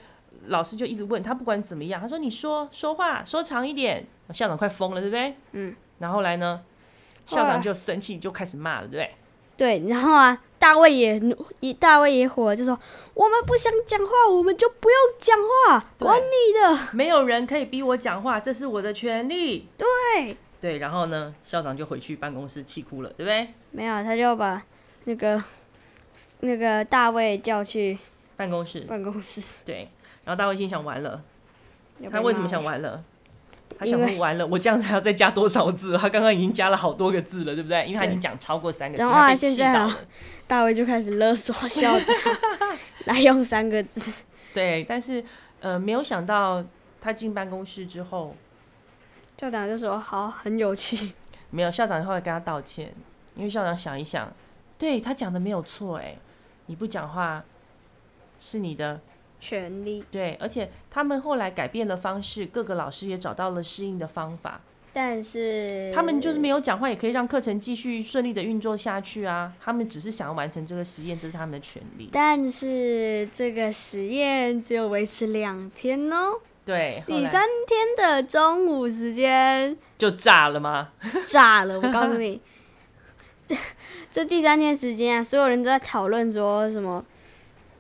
[SPEAKER 2] 老师就一直问他，不管怎么样，他说你说说话说长一点，校长快疯了，对不对？
[SPEAKER 1] 嗯。
[SPEAKER 2] 然后后来呢，
[SPEAKER 1] 后
[SPEAKER 2] 校
[SPEAKER 1] 来
[SPEAKER 2] 长就生气，就开始骂了，对不对？
[SPEAKER 1] 对，然后啊，大卫也怒一大卫也火了，就说我们不想讲话，我们就不用讲话，
[SPEAKER 2] 对
[SPEAKER 1] 管你的。
[SPEAKER 2] 没有人可以逼我讲话，这是我的权利。
[SPEAKER 1] 对，
[SPEAKER 2] 对，然后呢，校长就回去办公室气哭了，对不对？
[SPEAKER 1] 没有，他就把那个那个大卫叫去
[SPEAKER 2] 办公室，
[SPEAKER 1] 办公室。
[SPEAKER 2] 对。然后大卫心想完了，
[SPEAKER 1] 要被
[SPEAKER 2] 他为什么
[SPEAKER 1] 骂
[SPEAKER 2] 想
[SPEAKER 1] 了？
[SPEAKER 2] 完了？他
[SPEAKER 1] 因
[SPEAKER 2] 想
[SPEAKER 1] 为
[SPEAKER 2] 说完了，我这样还要再加多少字？他刚刚已经加了好多个字了，对不对？因为他已经讲超过三个字，
[SPEAKER 1] 然后
[SPEAKER 2] 他被
[SPEAKER 1] 啊现
[SPEAKER 2] 气
[SPEAKER 1] 在
[SPEAKER 2] 到
[SPEAKER 1] 啊
[SPEAKER 2] 了。
[SPEAKER 1] 大卫就开始勒索校长，来用三个字。
[SPEAKER 2] 对，但是呃，没有想到他进办公室之后，
[SPEAKER 1] 校长就说：“好，很有趣。
[SPEAKER 2] 没有校长后来跟他道歉，因为校长想一想，对他讲的没有错，哎，你不讲话是你的”
[SPEAKER 1] 权力，
[SPEAKER 2] 对，而且他们后来改变了方式，各个老师也找到了适应的方法。
[SPEAKER 1] 但是
[SPEAKER 2] 他们就是没有讲话，也可以让课程继续顺利的运作下去啊。他们只是想要完成这个实验，这是他们的权利。
[SPEAKER 1] 但是这个实验只有维持两天哦。
[SPEAKER 2] 对，后
[SPEAKER 1] 第
[SPEAKER 2] 来
[SPEAKER 1] 三天的中午时间
[SPEAKER 2] 就炸了吗？
[SPEAKER 1] 炸了，我告诉你， 这这第三天时间啊，所有人都在讨论说什么，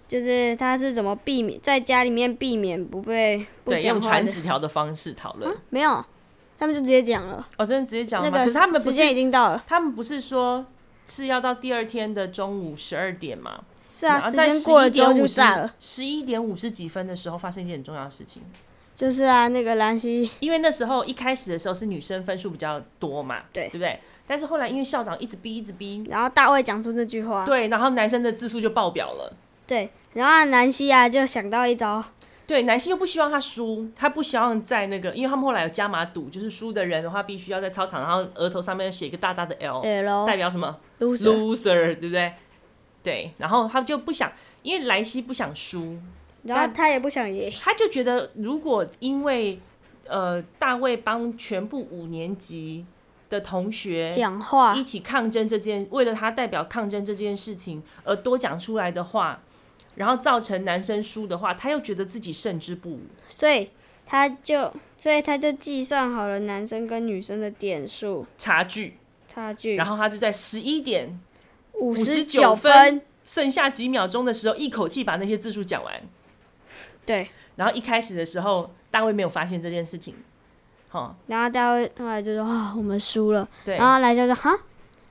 [SPEAKER 1] 就是他是怎么避免在家里面避免不被不
[SPEAKER 2] 对，
[SPEAKER 1] 讲
[SPEAKER 2] 用
[SPEAKER 1] 话
[SPEAKER 2] 传
[SPEAKER 1] 的，
[SPEAKER 2] 纸条的方式讨论。
[SPEAKER 1] 没有，他们就直接讲了，
[SPEAKER 2] 哦，真的直接讲了
[SPEAKER 1] 那
[SPEAKER 2] 吗？
[SPEAKER 1] 个
[SPEAKER 2] 可是他们不
[SPEAKER 1] 时间
[SPEAKER 2] 是，
[SPEAKER 1] 已经到了，
[SPEAKER 2] 他们不是说是要到第二天的中午十二点吗？
[SPEAKER 1] 是啊，
[SPEAKER 2] 然后
[SPEAKER 1] 时
[SPEAKER 2] 在
[SPEAKER 1] 间过了之后就
[SPEAKER 2] 11:50
[SPEAKER 1] 炸了，。
[SPEAKER 2] 十一点五十几分的时候发生一件很重要的事情，
[SPEAKER 1] 就是啊，那个兰溪
[SPEAKER 2] 因为那时候一开始的时候是女生分数比较多嘛，
[SPEAKER 1] 对
[SPEAKER 2] 对不对？但是后来因为校长一直逼一直逼，
[SPEAKER 1] 然后大卫讲出这句话，
[SPEAKER 2] 对，然后男生的字数就爆表了。
[SPEAKER 1] 对，然后南希啊就想到一招，
[SPEAKER 2] 对，男性又不希望他输，他不希望在那个，因为他们后来有加码赌，就是输的人的话必须要在操场，然后额头上面写一个大大的 L，
[SPEAKER 1] L
[SPEAKER 2] 代表什么
[SPEAKER 1] 呃 loser，
[SPEAKER 2] ？loser，对不对？对，然后他就不想，因为莱西不想输，
[SPEAKER 1] 然后他也不想赢，
[SPEAKER 2] 他就觉得如果因为呃大卫帮全部五年级的同学
[SPEAKER 1] 讲话
[SPEAKER 2] 一起抗争这件，为了他代表抗争这件事情而多讲出来的话，然后造成男生输的话，他又觉得自己胜之不武。
[SPEAKER 1] 所以他就，所以他就计算好了男生跟女生的点数
[SPEAKER 2] 差距，
[SPEAKER 1] 差距，
[SPEAKER 2] 然后他就在十一点
[SPEAKER 1] 五十
[SPEAKER 2] 59
[SPEAKER 1] 九
[SPEAKER 2] 分，剩下几秒钟的时候，一口气把那些字数讲完。
[SPEAKER 1] 对，
[SPEAKER 2] 然后一开始的时候，大卫没有发现这件事情，哦，
[SPEAKER 1] 然后大卫后来就说啊，我们输了，
[SPEAKER 2] 对，
[SPEAKER 1] 然后来就说哈，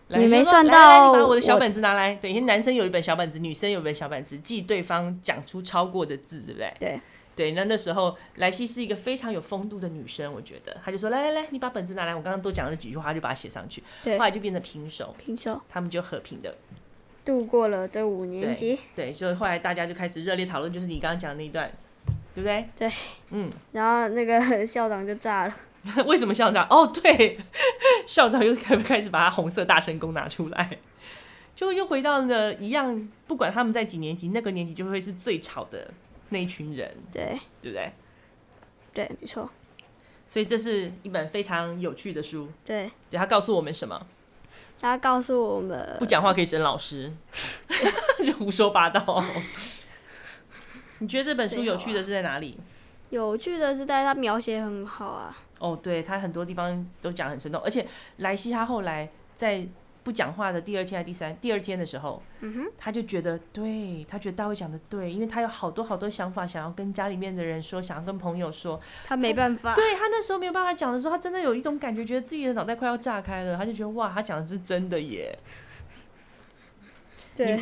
[SPEAKER 2] 来
[SPEAKER 1] 你没
[SPEAKER 2] 就说
[SPEAKER 1] 算
[SPEAKER 2] 来来来
[SPEAKER 1] 到
[SPEAKER 2] 你把我的小
[SPEAKER 1] 我
[SPEAKER 2] 本子拿来。等一下，男生有一本小本子，女生有一本小本子，记对方讲出超过的字，对不对？
[SPEAKER 1] 对。
[SPEAKER 2] 对，那那时候莱西是一个非常有风度的女生，我觉得，她就说来来来，你把本子拿来，我刚刚多讲了几句话，她就把它写上去，
[SPEAKER 1] 对
[SPEAKER 2] 后来就变得平手，
[SPEAKER 1] 平手，
[SPEAKER 2] 他们就和平的
[SPEAKER 1] 度过了这五年级，
[SPEAKER 2] 对，所以后来大家就开始热烈讨论，就是你刚刚讲的那一段，对不对？
[SPEAKER 1] 对，
[SPEAKER 2] 嗯，
[SPEAKER 1] 然后那个校长就炸了，
[SPEAKER 2] 为什么校长？哦，对， 校长又开开始把他红色大神功拿出来，就又回到了一样，不管他们在几年级，那个年级就会是最吵的那一群人，
[SPEAKER 1] 对，
[SPEAKER 2] 对不对？
[SPEAKER 1] 对，没错，
[SPEAKER 2] 所以这是一本非常有趣的书。
[SPEAKER 1] 对。
[SPEAKER 2] 对，它告诉我们什么？
[SPEAKER 1] 他告诉我们
[SPEAKER 2] 不，讲话可以整老师，就胡说八道。你觉得这本书有趣的是在哪里？
[SPEAKER 1] 有趣的是，但是他描写很好啊。
[SPEAKER 2] 哦，对，他很多地方都讲得很生动，而且莱西他后来在不讲话的第二天还是第三第二天的时候，他就觉得对，他觉得大卫讲的对，因为他有好多好多想法想要跟家里面的人说，想要跟朋友说，
[SPEAKER 1] 他没办法，
[SPEAKER 2] 对他那时候没有办法讲的时候，他真的有一种感觉，觉得自己的脑袋快要炸开了，他就觉得哇，他讲的是真的耶，
[SPEAKER 1] 对，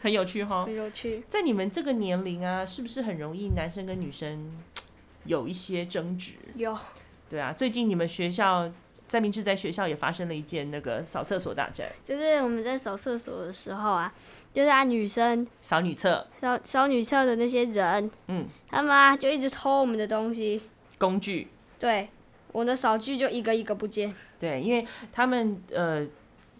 [SPEAKER 2] 很有趣哈。
[SPEAKER 1] 很有趣。
[SPEAKER 2] 在你们这个年龄啊，是不是很容易男生跟女生有一些争执？
[SPEAKER 1] 有，
[SPEAKER 2] 对啊，最近你们学校三明治在学校也发生了一件那个扫厕所大战，
[SPEAKER 1] 就是我们在扫厕所的时候啊，就是啊女生
[SPEAKER 2] 扫女厕
[SPEAKER 1] 扫扫女厕的那些人，
[SPEAKER 2] 嗯，
[SPEAKER 1] 他们啊就一直偷我们的东西，
[SPEAKER 2] 工具，
[SPEAKER 1] 对，我的扫具就一个一个不见，
[SPEAKER 2] 对，因为他们呃。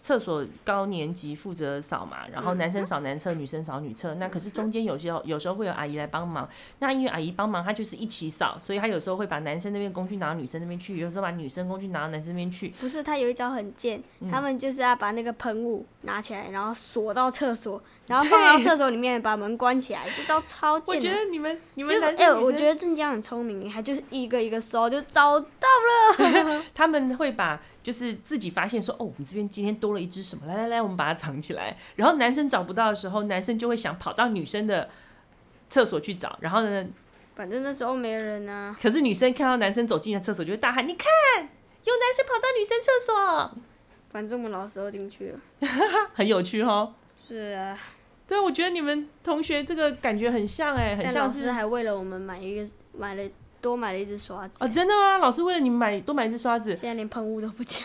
[SPEAKER 2] 厕所高年级负责扫嘛，然
[SPEAKER 1] 嗯
[SPEAKER 2] 后男生扫男厕，女生扫女厕。那可是中间有时候有时候会有阿姨来帮忙，那因为阿姨帮忙，她就是一起扫，所以她有时候会把男生那边工具拿到女生那边去，有时候把女生工具拿到男生那边去。
[SPEAKER 1] 不是他有一招很贱，
[SPEAKER 2] 嗯
[SPEAKER 1] 他们就是要把那个喷雾拿起来，然后锁到厕 所，然后放到
[SPEAKER 2] 对
[SPEAKER 1] 厕所里面，把门关起来，这招超
[SPEAKER 2] 我
[SPEAKER 1] 贱
[SPEAKER 2] 觉
[SPEAKER 1] 的。
[SPEAKER 2] 得你们你们
[SPEAKER 1] 结果，
[SPEAKER 2] 男
[SPEAKER 1] 哎、
[SPEAKER 2] 生女生
[SPEAKER 1] 我觉得镇江很聪明，还就是一个一个搜，就招
[SPEAKER 2] 他们会把就是自己发现说，哦，我们这边今天多了一只什么，来来来，我们把它藏起来。然后男生找不到的时候，男生就会想跑到女生的厕所去找。然后呢，
[SPEAKER 1] 反正那时候没人啊，
[SPEAKER 2] 可是女生看到男生走进了厕所，就会大喊：“你看，有男生跑到女生厕所
[SPEAKER 1] 反正我们老师都进去了。！”
[SPEAKER 2] 很有 趣哦。
[SPEAKER 1] 是啊，
[SPEAKER 2] 对，我觉得你们同学这个感觉很像哎、很
[SPEAKER 1] 但老
[SPEAKER 2] 像
[SPEAKER 1] 师
[SPEAKER 2] 是
[SPEAKER 1] 还为了我们买一个买了多买了一只刷子，
[SPEAKER 2] 哦，真的吗？老师为了你买多买一支刷子，
[SPEAKER 1] 现在连喷雾都不 见。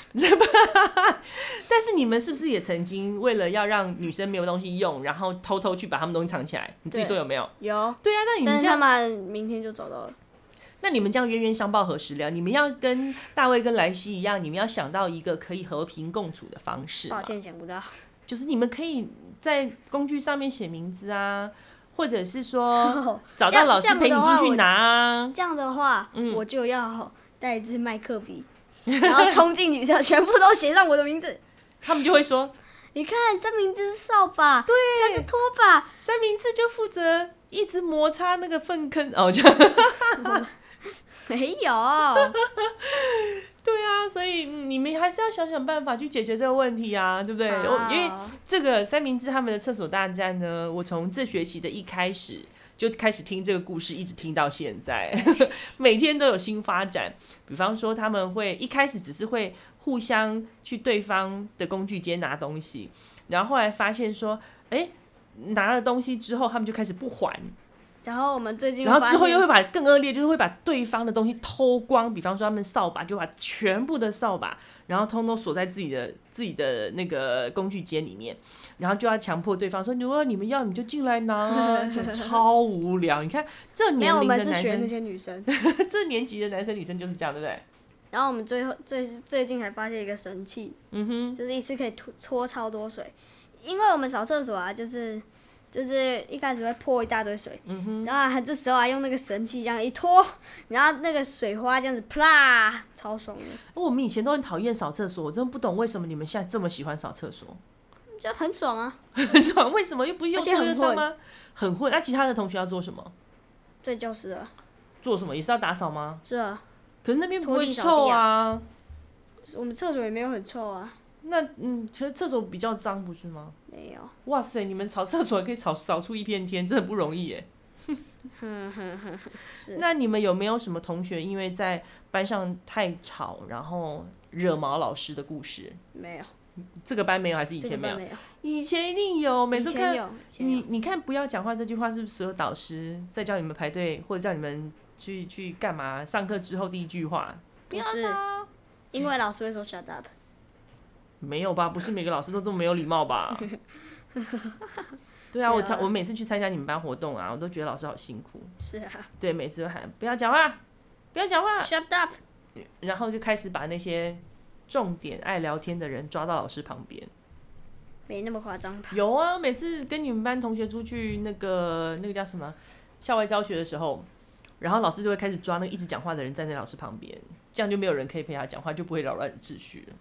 [SPEAKER 2] 但是你们是不是也曾经为了要让女生没有东西用，然后偷偷去把他们东西藏起来？你自己
[SPEAKER 1] 对
[SPEAKER 2] 说有没有？
[SPEAKER 1] 有，
[SPEAKER 2] 对啊，那你们
[SPEAKER 1] 但
[SPEAKER 2] 这
[SPEAKER 1] 是
[SPEAKER 2] 样
[SPEAKER 1] 他们明天就找到了。
[SPEAKER 2] 那你们这样冤冤相报何时了？你们要跟大卫跟莱西一样，你们要想到一个可以和平共处的方式嘛
[SPEAKER 1] 抱，歉，想不到，
[SPEAKER 2] 就是你们可以在工具上面写名字啊，或者是 说找到老师陪你进去拿啊。
[SPEAKER 1] 这样的话，我就要带一支麦克笔， 然后冲进女校，全部都写上我的名字。
[SPEAKER 2] 他们就会说，
[SPEAKER 1] 你看，三明治是扫把，对，它是拖把，
[SPEAKER 2] 三明治就负责一直摩擦那个粪坑 哦，这样
[SPEAKER 1] 没有。
[SPEAKER 2] 对啊，所以嗯你们还是要想想办法去解决这个问题啊，对不对？
[SPEAKER 1] 好
[SPEAKER 2] 我因为这个三明治他们的厕所大战呢，我从这学期的一开始就开始听这个故事，一直听到现在， 每天都有新发展。比方说，他们会一开始只是会互相去对方的工具间拿东西，然后后来发现说，哎、拿了东西之后，他们就开始不还，
[SPEAKER 1] 然后我们最近
[SPEAKER 2] 然后
[SPEAKER 1] 发
[SPEAKER 2] 之后
[SPEAKER 1] 现
[SPEAKER 2] 又会把更恶劣，就是会把对方的东西偷光，比方说他们扫把，就把全部的扫把，然后通通锁在自己的自己的那个工具间里面，然后就要强迫对方说，如果你们要，你就进来拿啊， 就超无聊。你看这
[SPEAKER 1] 没
[SPEAKER 2] 年
[SPEAKER 1] 有，我
[SPEAKER 2] 龄
[SPEAKER 1] 们
[SPEAKER 2] 的
[SPEAKER 1] 是
[SPEAKER 2] 男
[SPEAKER 1] 学那
[SPEAKER 2] 生，
[SPEAKER 1] 些女生。
[SPEAKER 2] 这年级的男生女生就是这样，对不对？
[SPEAKER 1] 然后我们最后最最近还发现一个神器，
[SPEAKER 2] 嗯哼，
[SPEAKER 1] 就是一次可以吐搓超多水，因为我们扫厕所啊，就是就是一开始会泼一大堆水，
[SPEAKER 2] 嗯
[SPEAKER 1] 然后啊这时候啊用那个神器这样一拖，然后那个水花这样子啪，超爽的，
[SPEAKER 2] 哦我们以前都很讨厌扫厕所，我真的不懂为什么你们现在这么喜欢扫厕所。
[SPEAKER 1] 就很爽啊。
[SPEAKER 2] 很爽，为什么又不是
[SPEAKER 1] 而
[SPEAKER 2] 用
[SPEAKER 1] 且
[SPEAKER 2] 错
[SPEAKER 1] 很
[SPEAKER 2] 又脏
[SPEAKER 1] 混
[SPEAKER 2] 吗？很混。那、其他的同学要做什么？
[SPEAKER 1] 这就是了，
[SPEAKER 2] 做什么也是要打扫吗？
[SPEAKER 1] 是啊，
[SPEAKER 2] 可是那边不
[SPEAKER 1] 拖
[SPEAKER 2] 会
[SPEAKER 1] 地扫
[SPEAKER 2] 臭
[SPEAKER 1] 地
[SPEAKER 2] 啊。
[SPEAKER 1] 我们厕所也没有很臭啊，
[SPEAKER 2] 那嗯，其实厕所比较脏，不是吗？
[SPEAKER 1] 没有，
[SPEAKER 2] 哇塞，你们扫厕所可以扫扫出一片天，真的不容易耶。
[SPEAKER 1] 是
[SPEAKER 2] 那你们有没有什么同学因为在班上太吵，然后惹毛老师的故事？
[SPEAKER 1] 没有，
[SPEAKER 2] 这个班没有，还是以
[SPEAKER 1] 这
[SPEAKER 2] 前
[SPEAKER 1] 个班
[SPEAKER 2] 没有？
[SPEAKER 1] 没有，
[SPEAKER 2] 以前一定有，啊哦每
[SPEAKER 1] 以
[SPEAKER 2] 次
[SPEAKER 1] 前
[SPEAKER 2] 看
[SPEAKER 1] 有，以前有
[SPEAKER 2] 你，你看“不要讲话”这句话，是不是所有导师在叫你们排队或者叫你们去去干嘛？上课之后第一句话，
[SPEAKER 1] 不
[SPEAKER 2] 不要
[SPEAKER 1] 是，因为老师会说 shut up，
[SPEAKER 2] 没有吧？不是每个老师都这么没有礼貌 吧？对啊，
[SPEAKER 1] 没有
[SPEAKER 2] 我常
[SPEAKER 1] 啦
[SPEAKER 2] 我每次去参加你们班活动啊，我都觉得老师好辛苦。
[SPEAKER 1] 是啊
[SPEAKER 2] 对，每次都喊不要讲话，不要讲话，
[SPEAKER 1] ，shut up，
[SPEAKER 2] 然后就开始把那些重点爱聊天的人抓到老师旁 边。
[SPEAKER 1] 没那么夸张吧？
[SPEAKER 2] 有啊，每次跟你们班同学出去那个那个叫什么校外教学的时候，然后老师就会开始抓那个一直讲话的人站在老师旁边，这样就没有人可以陪他讲话，就不会扰乱秩序了。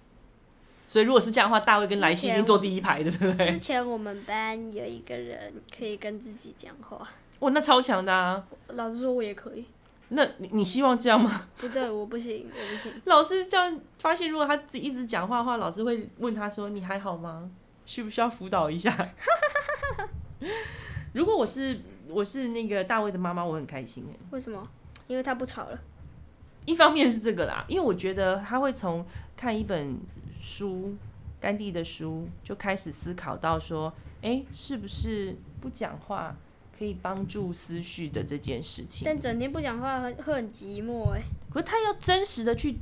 [SPEAKER 2] 所以如果是这样的话，大卫跟莱西已经坐第一排，对不
[SPEAKER 1] 之
[SPEAKER 2] 对？
[SPEAKER 1] 前我们班有一个人可以跟自己讲话，
[SPEAKER 2] 哇，那超强的啊！
[SPEAKER 1] 老师说我也可以，
[SPEAKER 2] 那你你希望这样吗？
[SPEAKER 1] 不对，我不行，我不行。
[SPEAKER 2] 老师这样发现，如果他自己一直讲话的话，老师会问他说：“你还好吗？需不需要辅导一下？” 如果我是我是那个大卫的妈妈，我很开心哎。
[SPEAKER 1] 为什么？因为他不吵了。
[SPEAKER 2] 一方面是这个啦，因为我觉得他会从看一本书，甘地的书就开始思考到说，哎、是不是不讲话可以帮助思绪的这件事情？
[SPEAKER 1] 但整天不讲话很会很寂寞哎、
[SPEAKER 2] 可是他要真实的去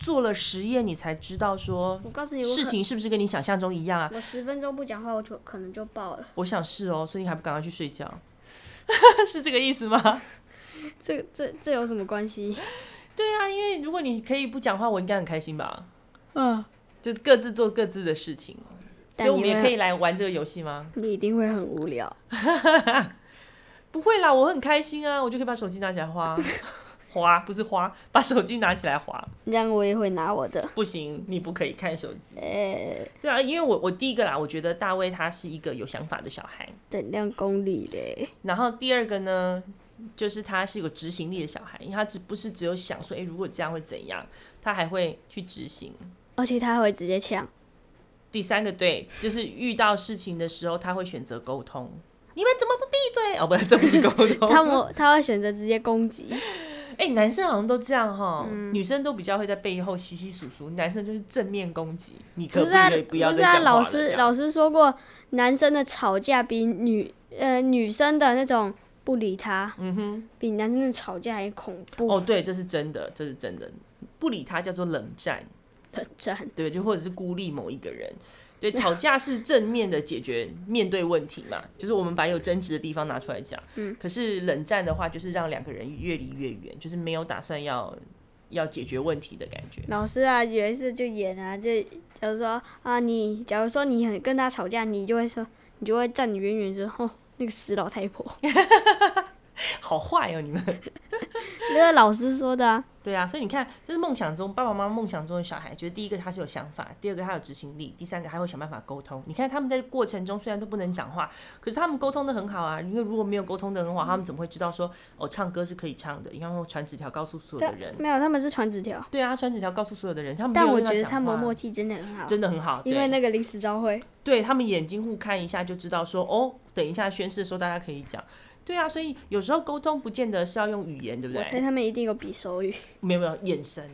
[SPEAKER 2] 做了实验，你才知道说
[SPEAKER 1] 我告诉你，我
[SPEAKER 2] 事
[SPEAKER 1] 很
[SPEAKER 2] 情是不是跟你想象中一样啊？
[SPEAKER 1] 我十分钟不讲话，我就可能就爆了。
[SPEAKER 2] 我想是哦，所以你还不赶快去睡觉， 是这个意思吗？
[SPEAKER 1] 这这这有什么关系？
[SPEAKER 2] 对啊，因为如果你可以不讲话，我应该很开心吧？嗯，就各自做各自的事情，所
[SPEAKER 1] 但
[SPEAKER 2] 以我们
[SPEAKER 1] 你
[SPEAKER 2] 也
[SPEAKER 1] 会
[SPEAKER 2] 可以来玩这个游戏吗？
[SPEAKER 1] 你一定会很无聊。
[SPEAKER 2] 不会啦，我很开心啊，我就可以把手机拿起来 花，花不是花，把手机拿起来花。
[SPEAKER 1] 这样我也会拿我的。
[SPEAKER 2] 不行，你不可以看手机。
[SPEAKER 1] 哎、
[SPEAKER 2] 对啊，因为我我第一个啦，我觉得大卫他是一个有想法的小孩，
[SPEAKER 1] 等量公理嘞。
[SPEAKER 2] 然后第二个呢，就是他是有执行力的小孩，因为他只不是只有想说，诶，如果这样会怎样，他还会去执行。
[SPEAKER 1] 而且他还会直接抢。
[SPEAKER 2] 第三个对，就是遇到事情的时候，他会选择沟通。你们怎么不闭嘴？哦，不，这不是沟
[SPEAKER 1] 他
[SPEAKER 2] 通。
[SPEAKER 1] 们他会选择直接攻击，
[SPEAKER 2] 哎、男生好像都这样哈、
[SPEAKER 1] 嗯
[SPEAKER 2] 女生都比较会在背后稀稀疏疏，男生就是正面攻击。你可
[SPEAKER 1] 不
[SPEAKER 2] 不
[SPEAKER 1] 是啊，
[SPEAKER 2] 可以不要
[SPEAKER 1] 不是
[SPEAKER 2] 再
[SPEAKER 1] 啊，
[SPEAKER 2] 讲话
[SPEAKER 1] 老
[SPEAKER 2] 了这
[SPEAKER 1] 师
[SPEAKER 2] 样
[SPEAKER 1] 老师说过，男生的吵架比女呃女生的那种不理他，嗯哼，比男生的吵架还恐怖，
[SPEAKER 2] 哦，对，这是真的，这是真的。不理他叫做冷战，
[SPEAKER 1] 冷战。
[SPEAKER 2] 对，就或者是孤立某一个人。对，吵架是正面的解决面对问题嘛，就是我们把有争执的地方拿出来讲。嗯，可是冷战的话，就是让两个人越离越远，就是没有打算要要解决问题的感觉。
[SPEAKER 1] 老师啊，有一次就演啊，就假如说啊，你假如说你很跟他吵架，你就会说，你就会站你远远说，哦，那个死老太 婆，
[SPEAKER 2] 好坏哦，你们。
[SPEAKER 1] 那个老师说的啊，
[SPEAKER 2] 对啊，所以你看，这是梦想中爸爸妈妈梦想中的小孩，觉得第一个他是有想法，第二个他有执行力，第三个他会想办法沟通。你看他们在过程中虽然都不能讲话，可是他们沟通的很好啊。因为如果没有沟通的很好，他们怎么会知道说哦，唱歌是可以唱的？然后传纸条告诉所有的人。
[SPEAKER 1] 没有，他们是传纸条，
[SPEAKER 2] 对啊，传纸条告诉所有的人，他们没
[SPEAKER 1] 但
[SPEAKER 2] 有
[SPEAKER 1] 我
[SPEAKER 2] 用到
[SPEAKER 1] 觉得
[SPEAKER 2] 讲
[SPEAKER 1] 他们
[SPEAKER 2] 话
[SPEAKER 1] 默契真的很好，
[SPEAKER 2] 真的很好，
[SPEAKER 1] 因为
[SPEAKER 2] 对
[SPEAKER 1] 那个临时招会，
[SPEAKER 2] 对他们眼睛互看一下就知道说哦，等一下宣誓的时候大家可以讲。对啊，所以有时候沟通不见得是要用语言，对不
[SPEAKER 1] 我
[SPEAKER 2] 对？
[SPEAKER 1] 猜他们一定有比手 语，
[SPEAKER 2] 没有没有眼神，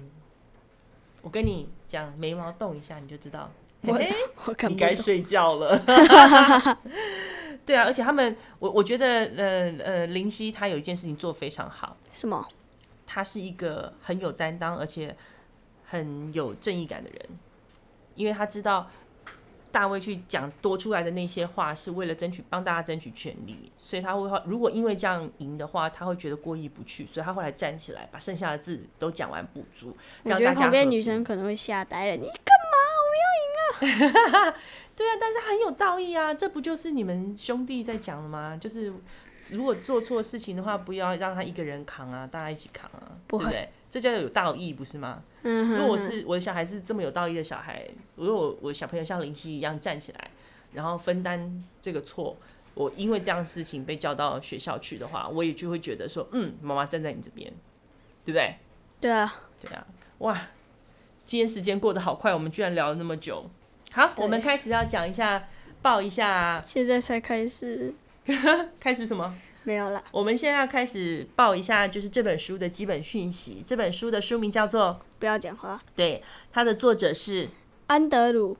[SPEAKER 2] 我跟你讲，眉毛动一下你就知道，
[SPEAKER 1] 我
[SPEAKER 2] 嘿嘿
[SPEAKER 1] 我看
[SPEAKER 2] 你
[SPEAKER 1] 不
[SPEAKER 2] 该
[SPEAKER 1] 懂。
[SPEAKER 2] 睡觉了。 对啊，而且他们，我我觉得，呃呃，林夕他有一件事情做得非常好，
[SPEAKER 1] 什么？
[SPEAKER 2] 他是一个很有担当，而且很有正义感的人，因为他知道大卫去讲多出来的那些话是为了争取帮大家争取权利，所以他会如果因为这样赢的话，他会觉得过意不去，所以他后来站起来把剩下的字都讲完补足，
[SPEAKER 1] 我
[SPEAKER 2] 让
[SPEAKER 1] 觉
[SPEAKER 2] 大
[SPEAKER 1] 得
[SPEAKER 2] 家
[SPEAKER 1] 旁边
[SPEAKER 2] 和
[SPEAKER 1] 女
[SPEAKER 2] 平
[SPEAKER 1] 生可能会吓呆了你。
[SPEAKER 2] 对啊，但是很有道义啊，这不就是你们兄弟在讲的吗？就是如果做错事情的话，不要让他一个人扛啊，大家一起扛啊，
[SPEAKER 1] 不
[SPEAKER 2] 对
[SPEAKER 1] 会
[SPEAKER 2] 不对？这叫有道义，不是吗？
[SPEAKER 1] 嗯哼
[SPEAKER 2] 如
[SPEAKER 1] 哼，
[SPEAKER 2] 果我是我的小孩是这么有道义的小孩，如果我我小朋友像林夕一样站起来，然后分担这个错，我因为这样的事情被叫到学校去的话，我也就会觉得说，嗯，妈妈站在你这边，对不对？
[SPEAKER 1] 对啊，
[SPEAKER 2] 对啊，哇，今天时间过得好快，我们居然聊了那么久。好，
[SPEAKER 1] 对
[SPEAKER 2] 我们开始要讲一下，报一下，
[SPEAKER 1] 现在才开始，
[SPEAKER 2] 开始什么？
[SPEAKER 1] 没有啦，
[SPEAKER 2] 我们现在要开始报一下，就是这本书的基本讯息。这本书的书名叫做，
[SPEAKER 1] 不要讲话。
[SPEAKER 2] 对，它的作者是，
[SPEAKER 1] 安德鲁·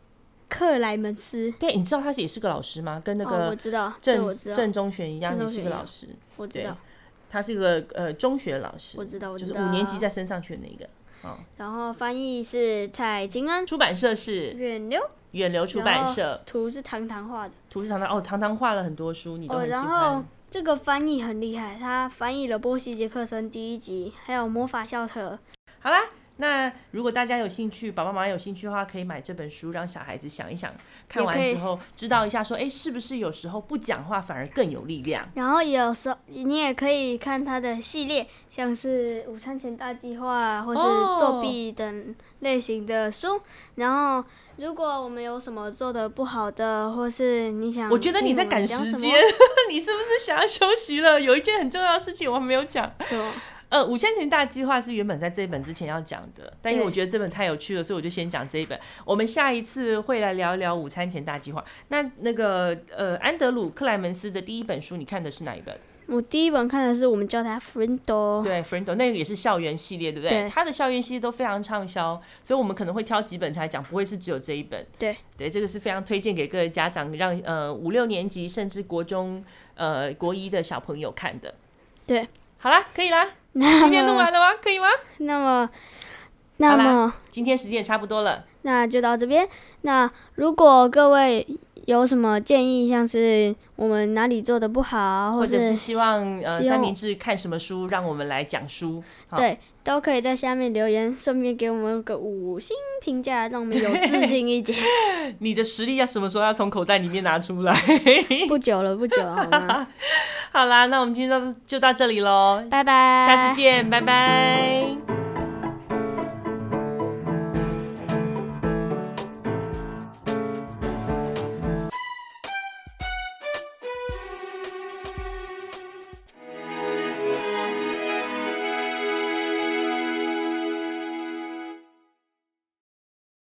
[SPEAKER 1] 克莱门斯，
[SPEAKER 2] 对，你知道他也是个老师吗？跟那
[SPEAKER 1] 哦，我
[SPEAKER 2] 个
[SPEAKER 1] 知道，这
[SPEAKER 2] 郑、
[SPEAKER 1] 我知道，
[SPEAKER 2] 郑中学一样，
[SPEAKER 1] 郑
[SPEAKER 2] 也
[SPEAKER 1] 中学
[SPEAKER 2] 是个
[SPEAKER 1] 一样
[SPEAKER 2] 老师。
[SPEAKER 1] 我知
[SPEAKER 2] 对
[SPEAKER 1] 道，
[SPEAKER 2] 他是一个呃中学老师，
[SPEAKER 1] 我知道，我
[SPEAKER 2] 就
[SPEAKER 1] 知
[SPEAKER 2] 是
[SPEAKER 1] 道。
[SPEAKER 2] 五年级在升上学那个。哦，
[SPEAKER 1] 然后翻译是蔡琴恩，
[SPEAKER 2] 出版社是
[SPEAKER 1] 远流
[SPEAKER 2] 远流出版社，
[SPEAKER 1] 图是糖糖画的。
[SPEAKER 2] 图书堂堂哦，堂堂画了很多书，你都
[SPEAKER 1] 哦，
[SPEAKER 2] 很喜
[SPEAKER 1] 然
[SPEAKER 2] 欢。
[SPEAKER 1] 后这个翻译很厉害，他翻译了《波西·杰克森》第一集，还有《魔法校车》。
[SPEAKER 2] 好啦，那如果大家有兴趣，爸爸妈妈有兴趣的话，可以买这本书，让小孩子想一想，看
[SPEAKER 1] 也
[SPEAKER 2] 完
[SPEAKER 1] 可以
[SPEAKER 2] 之后知道一下说，诶，是不是有时候不讲话反而更有力量？
[SPEAKER 1] 然后有时候你也可以看他的系列，像是《午餐前大计划》或是
[SPEAKER 2] 哦
[SPEAKER 1] 作弊等类型的书。然后，如果我们有什么做的不好的，或是你想，
[SPEAKER 2] 我觉得你在赶时间， 你是不是想要休息了？有一件很重要的事情我还没有讲。
[SPEAKER 1] 什么
[SPEAKER 2] 呃，五千钱大计划是原本在这一本之前要讲的，但因为
[SPEAKER 1] 对
[SPEAKER 2] 我觉得这本太有趣了，所以我就先讲这一本。我们下一次会来聊一聊午餐前大计划。那那个呃，安德鲁克莱门斯的第一本书，你看的是哪一本？
[SPEAKER 1] 我第一本看的是我们叫他 Friendo，
[SPEAKER 2] 对 f r i e n d o 那个也是校园系列，对不对？
[SPEAKER 1] 对
[SPEAKER 2] 他的校园系列都非常畅销，所以我们可能会挑几本才讲，不会是只有这一本。
[SPEAKER 1] 对
[SPEAKER 2] 对，这个是非常推荐给各位家长，让呃五六年级甚至国中呃国一的小朋友看的。
[SPEAKER 1] 对，
[SPEAKER 2] 好啦，可以啦，
[SPEAKER 1] 那
[SPEAKER 2] 今天录
[SPEAKER 1] 么
[SPEAKER 2] 完了吗？可以吗？
[SPEAKER 1] 那么那
[SPEAKER 2] 啊好啦
[SPEAKER 1] 么
[SPEAKER 2] 今天时间也差不多了。
[SPEAKER 1] 那就到这边。那如果各位有什么建议，像是我们哪里做的不好，
[SPEAKER 2] 或者
[SPEAKER 1] 是
[SPEAKER 2] 是希望呃
[SPEAKER 1] 哦希望
[SPEAKER 2] 三明治看什么书，让我们来讲书。好
[SPEAKER 1] 对，都可以在下面留言，顺便给我们个五星评价，让我们有自信一点。
[SPEAKER 2] 你的实力要什么时候要从口袋里面拿出来？
[SPEAKER 1] 不久了，不久了，好吗？
[SPEAKER 2] 好啦，那我们今天到就到这里喽，
[SPEAKER 1] 拜拜，
[SPEAKER 2] 下次见，拜拜